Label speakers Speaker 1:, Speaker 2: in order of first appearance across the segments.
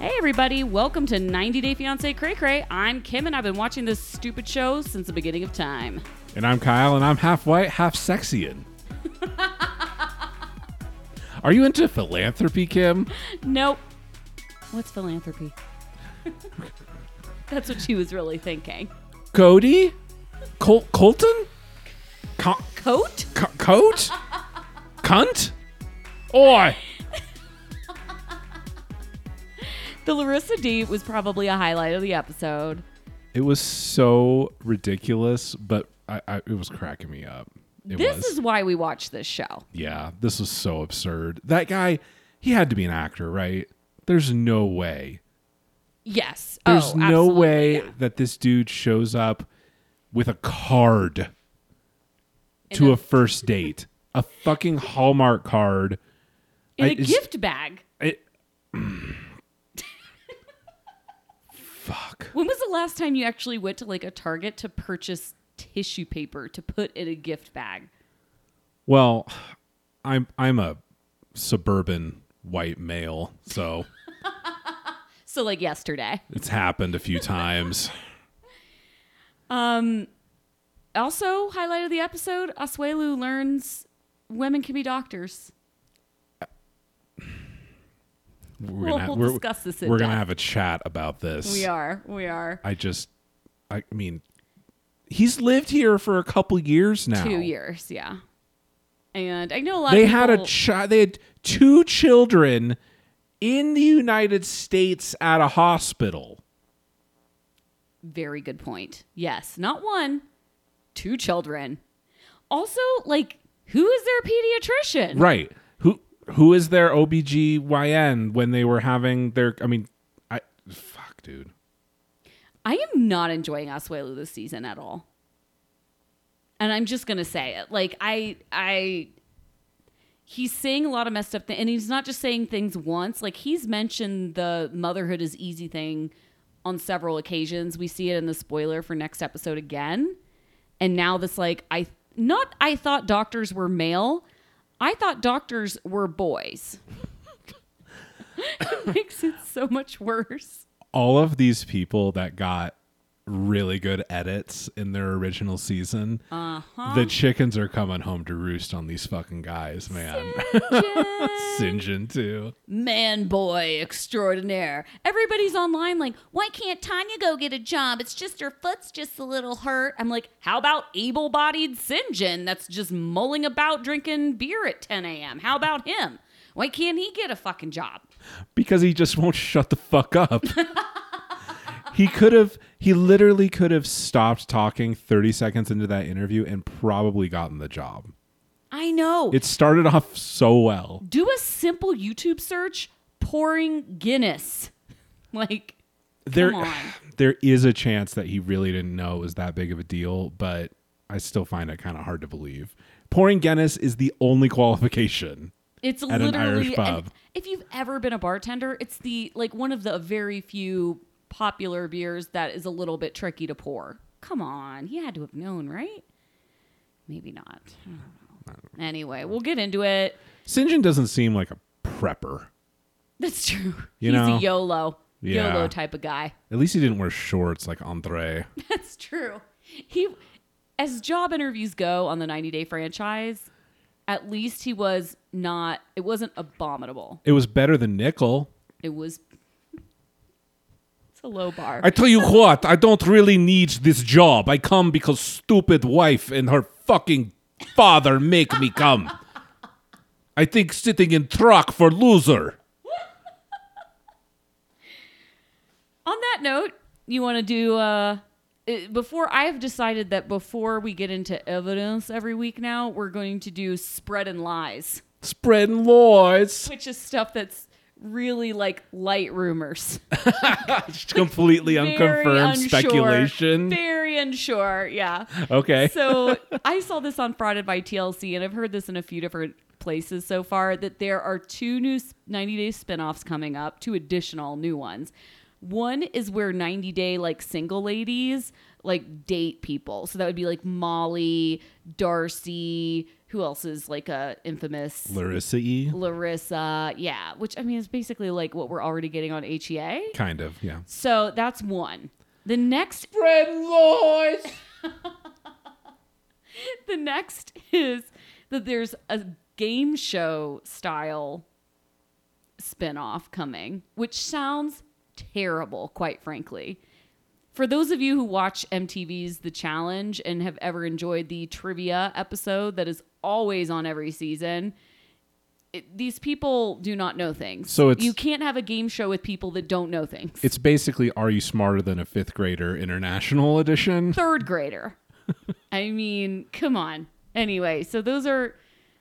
Speaker 1: everybody, welcome to 90 Day Fiance Cray Cray. I'm Kim and I've been watching this stupid show since the beginning of time.
Speaker 2: And I'm Kyle, and I'm half white, half sexian. Are you into philanthropy, Kim?
Speaker 1: Nope. What's philanthropy? That's what she was really thinking.
Speaker 2: Cody? Col- Colton? Co-
Speaker 1: Coat?
Speaker 2: co- coat? Cunt? Oi!
Speaker 1: The Larissa D was probably a highlight of the episode.
Speaker 2: It was so ridiculous, but I, I, it was cracking me up. It
Speaker 1: This
Speaker 2: was.
Speaker 1: is why we watch this show.
Speaker 2: yeah, this was so absurd. That guy, he had to be an actor, right? There's no way.
Speaker 1: Yes.
Speaker 2: There's
Speaker 1: oh,
Speaker 2: no
Speaker 1: absolutely,
Speaker 2: way
Speaker 1: yeah.
Speaker 2: that this dude shows up with a card to
Speaker 1: a-
Speaker 2: a, first date. A fucking Hallmark card.
Speaker 1: In
Speaker 2: I-
Speaker 1: a
Speaker 2: it's-
Speaker 1: gift bag.
Speaker 2: It, fuck.
Speaker 1: When was the last time you actually went to like a Target to purchase tissue paper to put in a gift bag?
Speaker 2: Well, I'm I'm a suburban white male, so
Speaker 1: So like yesterday.
Speaker 2: it's happened a few times.
Speaker 1: Also, highlight of the episode, Asuelu learns women can be doctors.
Speaker 2: We're
Speaker 1: We'll-
Speaker 2: gonna,
Speaker 1: we'll
Speaker 2: we're,
Speaker 1: discuss this in
Speaker 2: We're gonna
Speaker 1: depth.
Speaker 2: have a chat about this.
Speaker 1: We are. We are.
Speaker 2: I just, I mean, he's lived here for a couple years now.
Speaker 1: Two years, yeah. And I know a lot
Speaker 2: They
Speaker 1: of people,
Speaker 2: had a child. They had two children in the United States at a hospital.
Speaker 1: very good point. Yes, not one, two children. Also, like, who is their pediatrician?
Speaker 2: Right. Who who is their OBGYN when they were having their I mean, I fuck, dude.
Speaker 1: I am not enjoying Asuelu this season at all. And I'm just gonna say it. Like I I he's saying a lot of messed up things and he's not just saying things once. Like he's mentioned the motherhood is easy thing on several occasions. We see it in the spoiler for next episode again. And now this like I not I thought doctors were male. I thought doctors were boys. it makes it so much worse.
Speaker 2: All of these people that got really good edits in their original season. Uh-huh. The chickens are coming home to roost on these fucking guys, man. Sinjin too.
Speaker 1: man boy extraordinaire. Everybody's online like, why can't Tanya go get a job? It's just her foot's just a little hurt. I'm like, how about able bodied Sinjin that's just mulling about drinking beer at 10 a.m.? How about him? Why can't he get a fucking job?
Speaker 2: because he just won't shut the fuck up. he could have he literally could have stopped talking 30 seconds into that interview and probably gotten the job.
Speaker 1: I know.
Speaker 2: It started off so well.
Speaker 1: Do a simple YouTube search pouring Guinness. Like,
Speaker 2: There
Speaker 1: on.
Speaker 2: there is a chance that he really didn't know it was that big of a deal, but I still find it kind of hard to believe. Pouring Guinness is the only qualification.
Speaker 1: It's
Speaker 2: an
Speaker 1: literally
Speaker 2: Irish
Speaker 1: and
Speaker 2: pub.
Speaker 1: if you've ever been a bartender, it's the like one of the very few popular beers that is a little bit tricky to pour. Come on, he had to have known, right? Maybe not. I don't know. Anyway, we'll get into it.
Speaker 2: Sinjin doesn't seem like a prepper.
Speaker 1: That's true.
Speaker 2: You
Speaker 1: He's
Speaker 2: know?
Speaker 1: a YOLO,
Speaker 2: Yeah.
Speaker 1: YOLO type of guy.
Speaker 2: At least he didn't wear shorts like Andre.
Speaker 1: That's true. He, as job interviews go on the 90 Day franchise, at least he was not. It wasn't abominable.
Speaker 2: It was better than Nickel.
Speaker 1: It was. It's a low bar.
Speaker 2: I tell you what, I don't really need this job. I come because stupid wife and her fucking father make me come. I think sitting in truck for loser.
Speaker 1: on that note, you want to do uh uh, before I have decided that before we get into evidence every week now, we're going to do spread and lies,
Speaker 2: Spreading lies.
Speaker 1: which is stuff that's really like light rumors.
Speaker 2: Completely
Speaker 1: Very
Speaker 2: unconfirmed
Speaker 1: unsure,
Speaker 2: speculation.
Speaker 1: Very unsure, yeah.
Speaker 2: Okay.
Speaker 1: so I saw this on Frauded by TLC, and I've heard this in a few different places so far that there are two new s- 90 day spinoffs coming up, two additional new ones. One is where 90 day like single ladies like date people. So that would be like Molly, Darcy, who else is like a infamous
Speaker 2: Larissa E.
Speaker 1: Larissa. Yeah, which I mean is basically like what we're already getting on HEA.
Speaker 2: Kind of, yeah.
Speaker 1: So that's one. The next
Speaker 2: Friend Lois.
Speaker 1: the next is that there's a game show style spin-off coming, which sounds terrible, quite frankly. For those of you who watch MTV's The Challenge and have ever enjoyed the trivia episode that is always on every season, it, these people do not know things.
Speaker 2: So it's-
Speaker 1: you can't have a game show with people that don't know things.
Speaker 2: It's basically Are You Smarter Than a Fifth Grader International Edition?
Speaker 1: third grader. I mean, come on. Anyway, so those are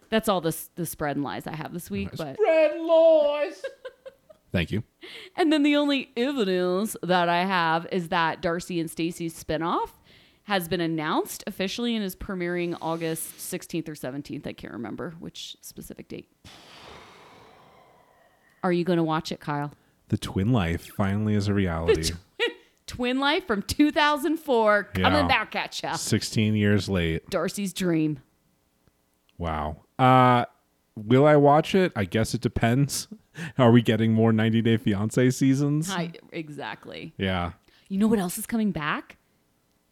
Speaker 1: that's all the the spread and lies I have this week. But
Speaker 2: Friend Lois. Thank you.
Speaker 1: and then the only evidence that I have is that Darcy and Stacy's spinoff has been announced officially and is premiering August 16th or 17th. I can't remember which specific date. Are you going to watch it, Kyle?
Speaker 2: The Twin Life finally is a reality.
Speaker 1: Twin Life from 2004 coming
Speaker 2: Yeah.
Speaker 1: back at ya.
Speaker 2: 16 years late.
Speaker 1: Darcy's dream.
Speaker 2: Wow. Uh will I watch it? I guess it depends. Are we getting more 90 Day Fiancé seasons?
Speaker 1: I, exactly.
Speaker 2: Yeah.
Speaker 1: You know what else is coming back?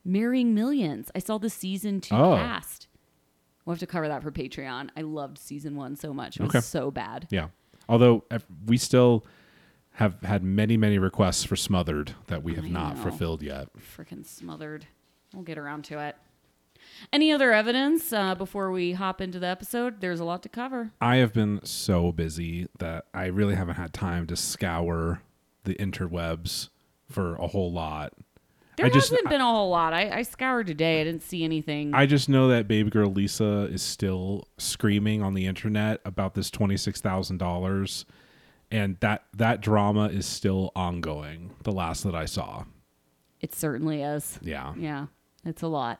Speaker 1: Marrying Millions. I saw the season two
Speaker 2: Oh.
Speaker 1: cast. We'll have to cover that for Patreon. I loved season one so much. It was
Speaker 2: Okay.
Speaker 1: so bad.
Speaker 2: Yeah. Although ev- we still have had many, many requests for Smothered that we have
Speaker 1: I
Speaker 2: not
Speaker 1: know.
Speaker 2: fulfilled yet.
Speaker 1: Freaking smothered. We'll get around to it. Any other evidence uh, before we hop into the episode? There's a lot to cover.
Speaker 2: I have been so busy that I really haven't had time to scour the interwebs for a whole lot.
Speaker 1: There
Speaker 2: I just
Speaker 1: hasn't been a whole lot. I, I scoured today. I didn't see anything.
Speaker 2: I just know that baby girl Lisa is still screaming on the internet about this twenty six thousand dollars, and that that drama is still ongoing. The last that I saw,
Speaker 1: it certainly is.
Speaker 2: yeah.
Speaker 1: Yeah, it's a lot.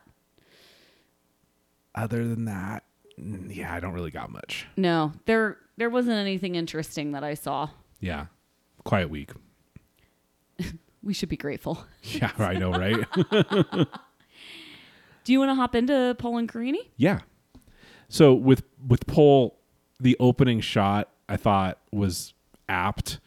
Speaker 2: Other than that, mm, yeah, I don't really got much.
Speaker 1: No, there there wasn't anything interesting that I saw.
Speaker 2: Yeah, quiet week.
Speaker 1: We should be grateful.
Speaker 2: Yeah, I know, right?
Speaker 1: Do you want to hop into Paul and Carini?
Speaker 2: Yeah. So with with Pole, the opening shot I thought was apt.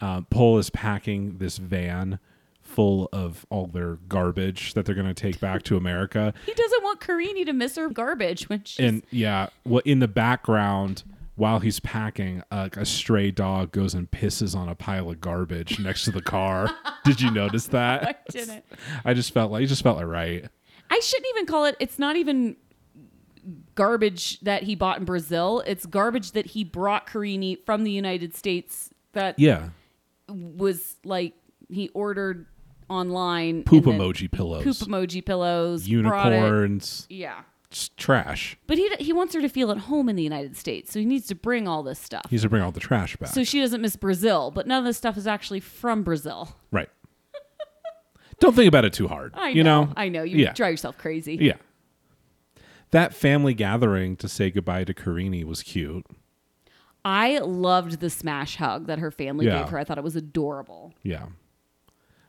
Speaker 2: Um, Pole is packing this van full of all their garbage that they're going to take back to America,
Speaker 1: He doesn't want Karini to miss her garbage when she's
Speaker 2: and yeah, well, in the background. While he's packing, uh, a stray dog goes and pisses on a pile of garbage next to the car. Did you notice that?
Speaker 1: I didn't.
Speaker 2: I just felt like it just felt like right.
Speaker 1: I shouldn't even call it it's not even garbage that he bought in Brazil. It's garbage that he brought Karini from the United States that
Speaker 2: Yeah,
Speaker 1: was like he ordered online
Speaker 2: poop
Speaker 1: and then
Speaker 2: emoji pillows,
Speaker 1: poop emoji pillows brought it.
Speaker 2: unicorns,
Speaker 1: Yeah.
Speaker 2: just trash.
Speaker 1: But he he wants her to feel at home in the United States. So he needs to bring all this stuff.
Speaker 2: He needs to bring all the trash back.
Speaker 1: so she doesn't miss Brazil, but none of this stuff is actually from Brazil.
Speaker 2: right. Don't think about it too hard.
Speaker 1: I know.
Speaker 2: you know.
Speaker 1: I know. You
Speaker 2: yeah.
Speaker 1: drive yourself crazy.
Speaker 2: Yeah. That family gathering to say goodbye to Karini was cute.
Speaker 1: I loved the smash hug that her family
Speaker 2: Yeah.
Speaker 1: gave her. I thought it was adorable.
Speaker 2: Yeah.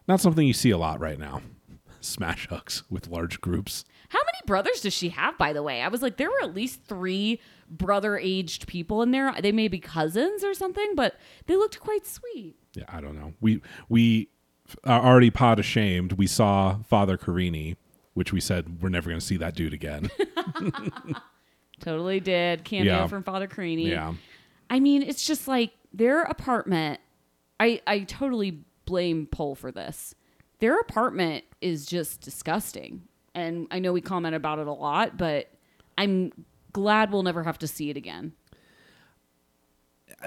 Speaker 2: Not something you see a lot right now. Smash hugs with large groups.
Speaker 1: How many brothers does she have, by the way? I was like, there were at least three brother aged people in there. They may be cousins or something, but they looked quite sweet.
Speaker 2: Yeah, I don't know. We we are already pot ashamed. We saw Father Karini, which we said we're never going to see that dude again.
Speaker 1: Totally did. Cameo
Speaker 2: Yeah.
Speaker 1: from Father Carini.
Speaker 2: yeah.
Speaker 1: I mean, it's just like their apartment. I, I totally blame Pole for this. Their apartment is just disgusting. And I know we comment about it a lot, but I'm glad we'll never have to see it again.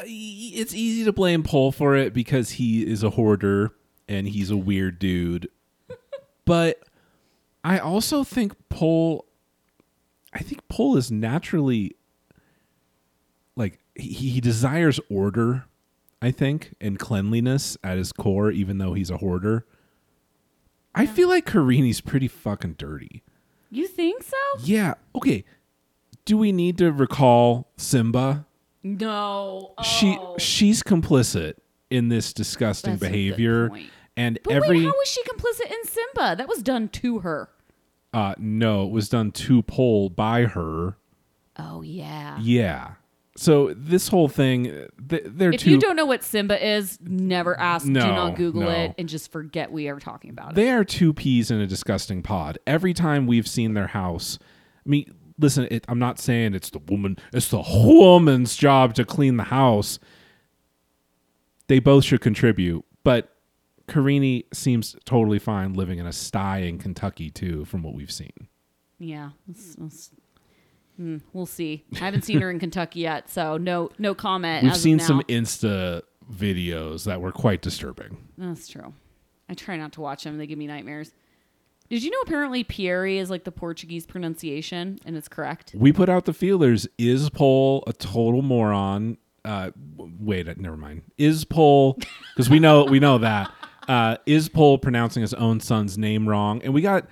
Speaker 2: e-, it's easy to blame Paul for it because he is a hoarder and he's a weird dude. but I also think Paul I think Paul is naturally like he, he desires order, I think, and cleanliness at his core, even though he's a hoarder. I feel like Karini's pretty fucking dirty.
Speaker 1: You think so?
Speaker 2: Yeah. Okay. Do we need to recall Simba?
Speaker 1: No. Oh.
Speaker 2: she she's complicit in this disgusting
Speaker 1: That's a good
Speaker 2: behavior
Speaker 1: point.
Speaker 2: And
Speaker 1: But
Speaker 2: every
Speaker 1: wait, how was she complicit in Simba? That was done to her.
Speaker 2: uh no, it was done to poll by her.
Speaker 1: Oh yeah.
Speaker 2: Yeah. So this whole thing, th- they're
Speaker 1: if
Speaker 2: two.
Speaker 1: you don't know what Simba is, never ask. do
Speaker 2: No,
Speaker 1: not Google
Speaker 2: no.
Speaker 1: it and just forget we are talking about it.
Speaker 2: They are two peas in a disgusting pod. Every time we've seen their house, I mean, listen, it, I'm not saying it's the woman, it's the woman's job to clean the house. They both should contribute, but Karini seems totally fine living in a sty in Kentucky too, from what we've seen.
Speaker 1: Yeah. Let's- let's- hmm, we'll see. I haven't seen her in Kentucky yet, so no no comment.
Speaker 2: We've
Speaker 1: as of
Speaker 2: seen
Speaker 1: now.
Speaker 2: some Insta videos that were quite disturbing.
Speaker 1: That's true. I try not to watch them. They give me nightmares. Did you know apparently Pieri is like the Portuguese pronunciation and it's correct?
Speaker 2: We put out the feelers. Is Poll a total moron? Uh, w- wait, uh, never mind. Is Poll because we know we know that uh, is Poll pronouncing his own son's name wrong, and we got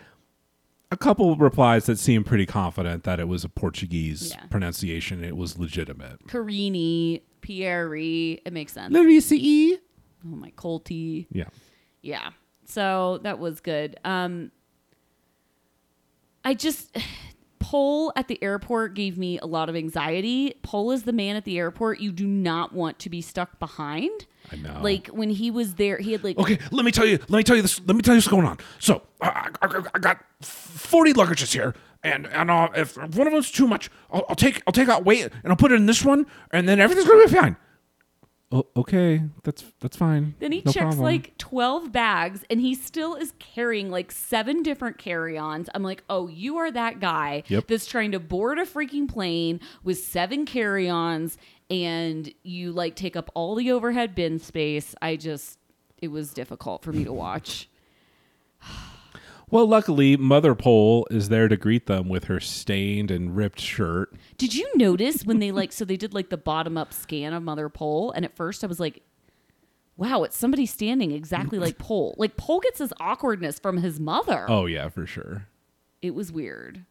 Speaker 2: a couple of replies that seemed pretty confident that it was a Portuguese
Speaker 1: Yeah.
Speaker 2: pronunciation. It was legitimate.
Speaker 1: Carini, Pieri, it makes sense.
Speaker 2: Larissa E.
Speaker 1: Oh my colty.
Speaker 2: Yeah,
Speaker 1: Yeah. So that was good. Um I just Pole at the airport gave me a lot of anxiety. Pole is the man at the airport you do not want to be stuck behind.
Speaker 2: I know.
Speaker 1: Like when he was there, he had like
Speaker 3: Okay, let me tell you. Let me tell you this. Let me tell you what's going on. So I, I, I- I got forty luggages here, and and uh, if one of them's too much, I'll, I'll take I'll take out weight and I'll put it in this one, and then everything's gonna be fine. Oh,
Speaker 2: O- okay, that's that's fine.
Speaker 1: Then he
Speaker 2: No
Speaker 1: checks
Speaker 2: problem.
Speaker 1: like 12 bags and he still is carrying like seven different carry ons. I'm like, oh, you are that guy
Speaker 2: Yep.
Speaker 1: that's trying to board a freaking plane with seven carry ons and you like take up all the overhead bin space. I just, it was difficult for me to watch.
Speaker 2: Well, luckily, Mother Pole is there to greet them with her stained and ripped shirt.
Speaker 1: Did you notice when they like, so they did like the bottom up scan of Mother Pole? And at first I was like, wow, it's somebody standing exactly like Pole. Like Pole gets his awkwardness from his mother.
Speaker 2: Oh yeah, for sure.
Speaker 1: it was weird.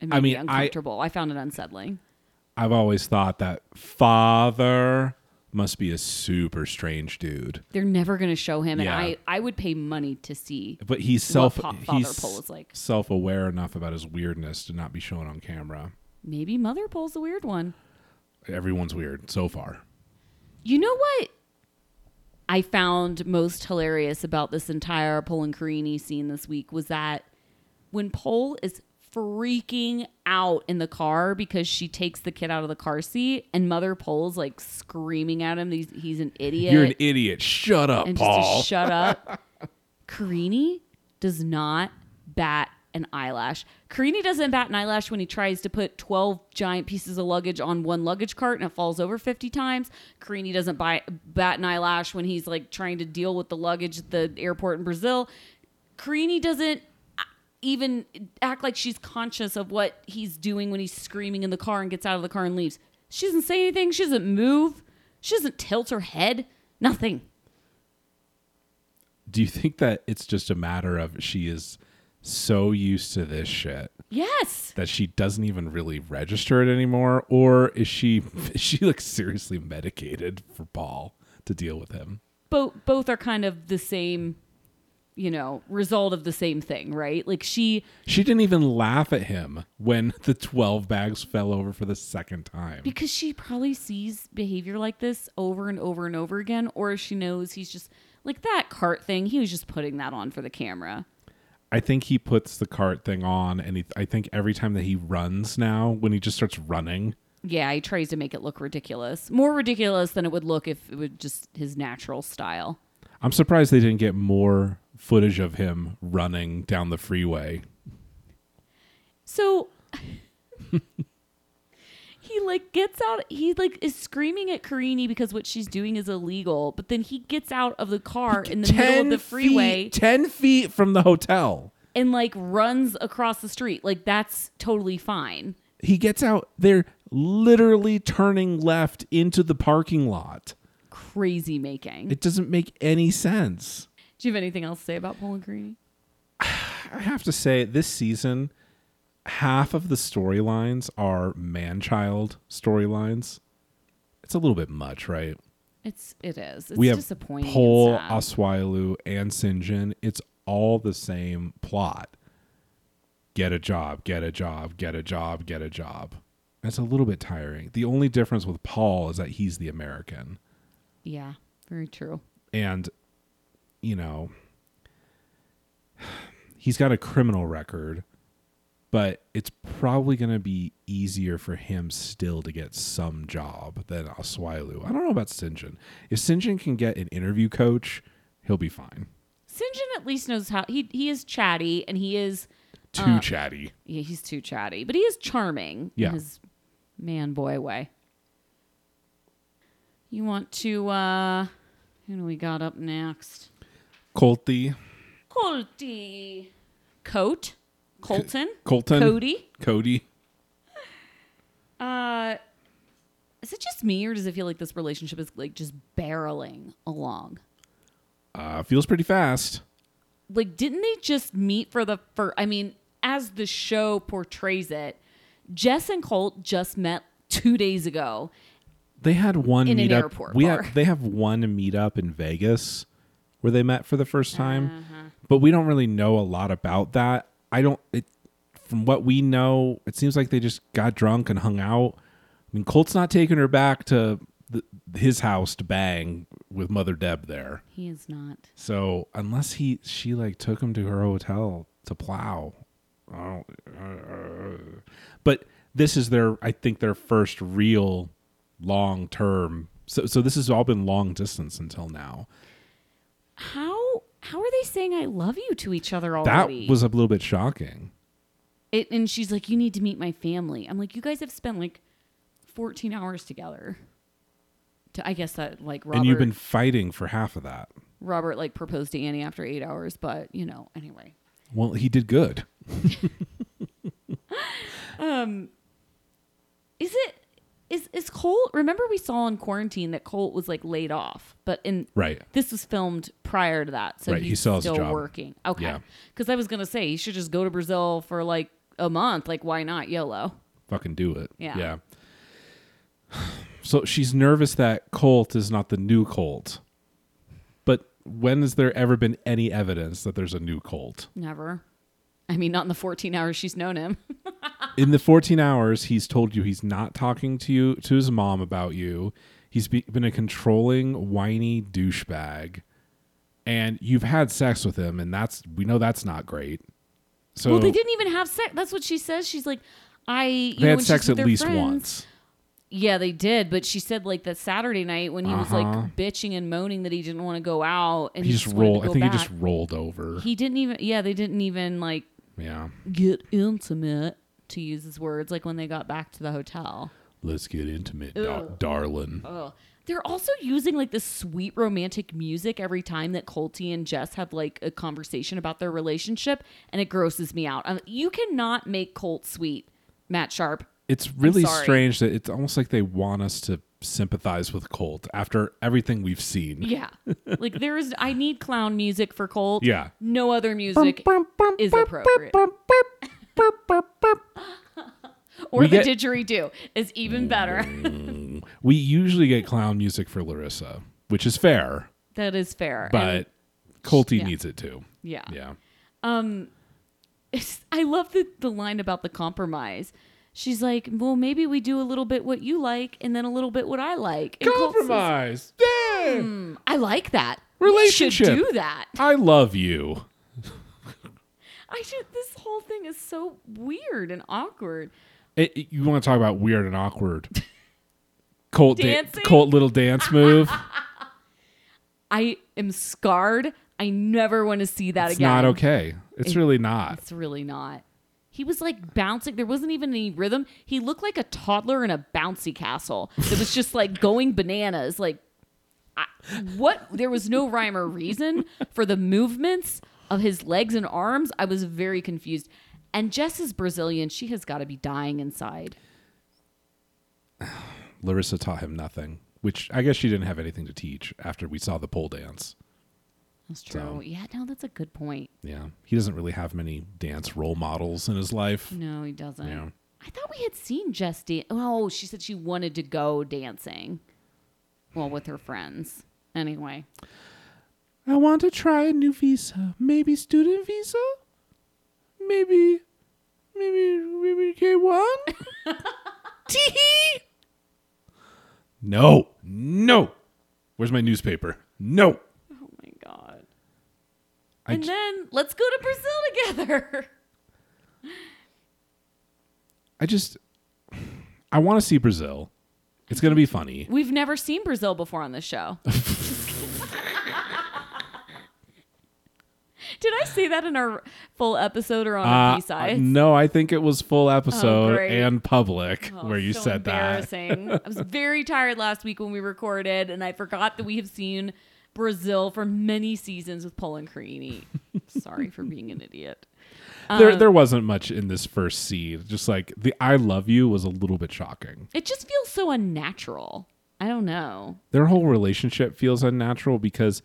Speaker 1: It made
Speaker 2: I
Speaker 1: me
Speaker 2: mean, I-
Speaker 1: uncomfortable. I, found it unsettling.
Speaker 2: I've always thought that father must be a super strange dude.
Speaker 1: They're never going to show him,
Speaker 2: Yeah.
Speaker 1: and I, I would pay money to see.
Speaker 2: But he's self
Speaker 1: Pop- Father
Speaker 2: he's
Speaker 1: Pole is like.
Speaker 2: self-aware enough about his weirdness to not be shown on camera.
Speaker 1: Maybe Mother Pole's the weird one.
Speaker 2: Everyone's weird so far.
Speaker 1: You know what? I found most hilarious about this entire Pole and Carini scene this week was that when Pole is freaking out in the car because she takes the kid out of the car seat, and Mother Pole's like screaming at him, that he's, he's an idiot.
Speaker 2: You're an idiot. Shut up,
Speaker 1: and just
Speaker 2: Paul.
Speaker 1: to shut up. Karini does not bat an eyelash. Karini doesn't bat an eyelash when he tries to put 12 giant pieces of luggage on one luggage cart and it falls over 50 times. Karini doesn't buy, bat an eyelash when he's like trying to deal with the luggage at the airport in Brazil. Karini doesn't uh, even act like she's conscious of what he's doing when he's screaming in the car and gets out of the car and leaves. She doesn't say anything. She doesn't move. She doesn't tilt her head. Nothing.
Speaker 2: Do you think that it's just a matter of she is so used to this shit
Speaker 1: Yes.
Speaker 2: that she doesn't even really register it anymore or is she is she like seriously medicated for Paul to deal with him?
Speaker 1: Both both are kind of the same, you know, result of the same thing, right? Like she
Speaker 2: She didn't even laugh at him when the 12 bags fell over for the second time.
Speaker 1: because she probably sees behavior like this over and over and over again or she knows he's just like that cart thing, he was just putting that on for the camera.
Speaker 2: I think he puts the cart thing on, and he, I think every time that he runs now, when he just starts running,
Speaker 1: Yeah, he tries to make it look ridiculous. More ridiculous than it would look if it was just his natural style.
Speaker 2: I'm surprised they didn't get more footage of him running down the freeway.
Speaker 1: So he like gets out. He like is screaming at Karini because what she's doing is illegal. But then he gets out of the car in the middle of the freeway
Speaker 2: Feet, 10 feet from the hotel.
Speaker 1: and like runs across the street. Like that's totally fine.
Speaker 2: He gets out there literally turning left into the parking lot.
Speaker 1: Crazy making.
Speaker 2: It doesn't make any sense.
Speaker 1: Do you have anything else to say about Paul and Karini?
Speaker 2: I have to say, this season, half of the storylines are man child storylines. It's a little bit much, right?
Speaker 1: It's it is. It's
Speaker 4: we have
Speaker 1: disappointing. and
Speaker 4: Pole,
Speaker 1: sad.
Speaker 4: Osweilu, and Sinjin. It's all the same plot. Get a job, get a job, get a job, get a job. That's a little bit tiring. The only difference with Paul is that he's the American.
Speaker 1: yeah, very true.
Speaker 4: And, you know, he's got a criminal record, but it's probably going to be easier for him still to get some job than Osweilu. I don't know about Sinjin. If Sinjin can get an interview coach, he'll be fine.
Speaker 1: Sinjin at least knows how he he is chatty and he is
Speaker 4: Too
Speaker 1: Ah.
Speaker 4: chatty.
Speaker 1: yeah, he's too chatty, but he is charming
Speaker 4: Yeah.
Speaker 1: in his man boy way. You want to uh who do we got up next?
Speaker 4: Colty,
Speaker 1: Colty. Coat? Colton?
Speaker 4: Colton,
Speaker 1: Cody?
Speaker 4: Cody.
Speaker 1: Uh is it just me or does it feel like this relationship is like just barreling along?
Speaker 4: Uh, feels pretty fast.
Speaker 1: like didn't they just meet for the first i mean as the show portrays it jess and colt just met two days ago
Speaker 4: They had one
Speaker 1: In an
Speaker 4: meetup.
Speaker 1: airport
Speaker 4: we
Speaker 1: bar.
Speaker 4: Have, they have one meetup in Vegas where they met for the first time,
Speaker 1: Uh-huh.
Speaker 4: but we don't really know a lot about that. I don't. It, from what we know, it seems like they just got drunk and hung out. I mean, Colt's not taking her back to the, his house to bang with Mother Deb there.
Speaker 1: he is not
Speaker 4: So unless he, she like took him to her hotel to plow. I don't, uh, but this is their, I think, their first real long term. So, so this has all been long distance until now.
Speaker 1: how how are they saying i love you to each other
Speaker 4: That
Speaker 1: already
Speaker 4: was a little bit shocking.
Speaker 1: it, and she's like you need to meet my family i'm like you guys have spent like 14 hours together to, i guess that like robert
Speaker 4: And you've been fighting for half of that.
Speaker 1: robert like proposed to annie after eight hours but you know anyway
Speaker 4: Well, he did good.
Speaker 1: Is it is is Colt? Remember we saw in quarantine that Colt was like laid off, but in
Speaker 4: Right.
Speaker 1: this was filmed prior to that, so
Speaker 4: Right, he
Speaker 1: he's
Speaker 4: still has a
Speaker 1: still
Speaker 4: job.
Speaker 1: working. Okay,
Speaker 4: Yeah.
Speaker 1: because I was gonna say he should just go to Brazil for like a month. Like why not YOLO?
Speaker 4: Fucking do it.
Speaker 1: Yeah.
Speaker 4: Yeah. So she's nervous that Colt is not the new Colt. But when has there ever been any evidence that there's a new Colt?
Speaker 1: Never. I mean, not in the 14 hours she's known him.
Speaker 4: in the 14 hours he's told you he's not talking to you to his mom about you he's be- been a controlling whiny douchebag and you've had sex with him and that's we know that's not great so
Speaker 1: well, they didn't even have sex. That's what she says. She's like, I. You
Speaker 4: they
Speaker 1: know, when
Speaker 4: had
Speaker 1: she's
Speaker 4: sex
Speaker 1: with
Speaker 4: at
Speaker 1: their
Speaker 4: least
Speaker 1: friends-
Speaker 4: once
Speaker 1: Yeah, they did. But she said like that Saturday night when he was
Speaker 4: Uh-huh.
Speaker 1: like bitching and moaning that he didn't want to go out and
Speaker 4: he,
Speaker 1: he,
Speaker 4: just
Speaker 1: wanted to
Speaker 4: rolled i
Speaker 1: go
Speaker 4: think
Speaker 1: back.
Speaker 4: he just rolled over
Speaker 1: he didn't even yeah they didn't even like
Speaker 4: yeah
Speaker 1: get intimate to use his words like when they got back to the hotel
Speaker 4: let's get intimate da-
Speaker 1: Ew.
Speaker 4: darling
Speaker 1: oh they're also using like this sweet romantic music every time that colty and jess have like a conversation about their relationship and it grosses me out Um, you cannot make colt sweet matt sharp
Speaker 4: it's really
Speaker 1: sorry.
Speaker 4: strange that it's almost like they want us to sympathize with colt after everything we've seen
Speaker 1: yeah like there is i need clown music for colt
Speaker 4: Yeah.
Speaker 1: no other music is appropriate or
Speaker 4: We
Speaker 1: the
Speaker 4: get-
Speaker 1: didgeridoo is even better
Speaker 4: We usually get clown music for Larissa, which is fair,
Speaker 1: that is fair And-
Speaker 4: but Colty
Speaker 1: yeah.
Speaker 4: needs it too.
Speaker 1: yeah Um,
Speaker 4: Yeah.
Speaker 1: It's- I love the, the line about the compromise. She's like, well, maybe we do a little bit what you like and then a little bit what I like. And Colt says,
Speaker 4: Compromise. Yeah.
Speaker 1: I like that.
Speaker 4: Relationship.
Speaker 1: We should do that.
Speaker 4: I love you.
Speaker 1: I should, this whole thing is so weird and awkward.
Speaker 4: It- it- you want to talk about weird and awkward. Colt, da-
Speaker 1: Dancing?
Speaker 4: Colt little dance move.
Speaker 1: I am scarred. I never want to see that
Speaker 4: It's
Speaker 1: again.
Speaker 4: not okay. It's really not.
Speaker 1: It's really not. He was like bouncing. There wasn't even any rhythm. He looked like a toddler in a bouncy castle. It was just like going bananas. Like, I, what? There was no rhyme or reason for the movements of his legs and arms. I was very confused. And Jess is Brazilian. She has got to be dying inside.
Speaker 4: Larissa taught him nothing, which I guess she didn't have anything to teach after we saw the pole dance.
Speaker 1: That's true.
Speaker 4: So-
Speaker 1: Yeah, no, that's a good point.
Speaker 4: Yeah. He doesn't really have many dance role models in his life.
Speaker 1: No, he doesn't.
Speaker 4: Yeah.
Speaker 1: I thought we had seen Jess dance. Oh, she said she wanted to go dancing. well, with her friends. Anyway,
Speaker 4: I want to try a new visa. Maybe student visa? Maybe maybe maybe K one? Tee No. No. Where's my newspaper? No.
Speaker 1: oh my god.
Speaker 4: I
Speaker 1: and
Speaker 4: j-
Speaker 1: then let's go to Brazil together.
Speaker 4: I just I want to see Brazil. It's gonna be funny.
Speaker 1: We've never seen Brazil before on this show. Did I say that in our full episode or on a
Speaker 4: Uh,
Speaker 1: B side?
Speaker 4: no, I think it was full episode
Speaker 1: Oh, great.
Speaker 4: and public
Speaker 1: Oh,
Speaker 4: where you
Speaker 1: so
Speaker 4: said that.
Speaker 1: embarrassing. I was very tired last week when we recorded, and I forgot that we have seen Brazil for many seasons with Paul and Carini. Sorry for being an idiot.
Speaker 4: there,
Speaker 1: Um,
Speaker 4: there wasn't much in this first scene. Just like the "I love you" was a little bit shocking.
Speaker 1: It just feels so unnatural. I don't know.
Speaker 4: Their whole relationship feels unnatural because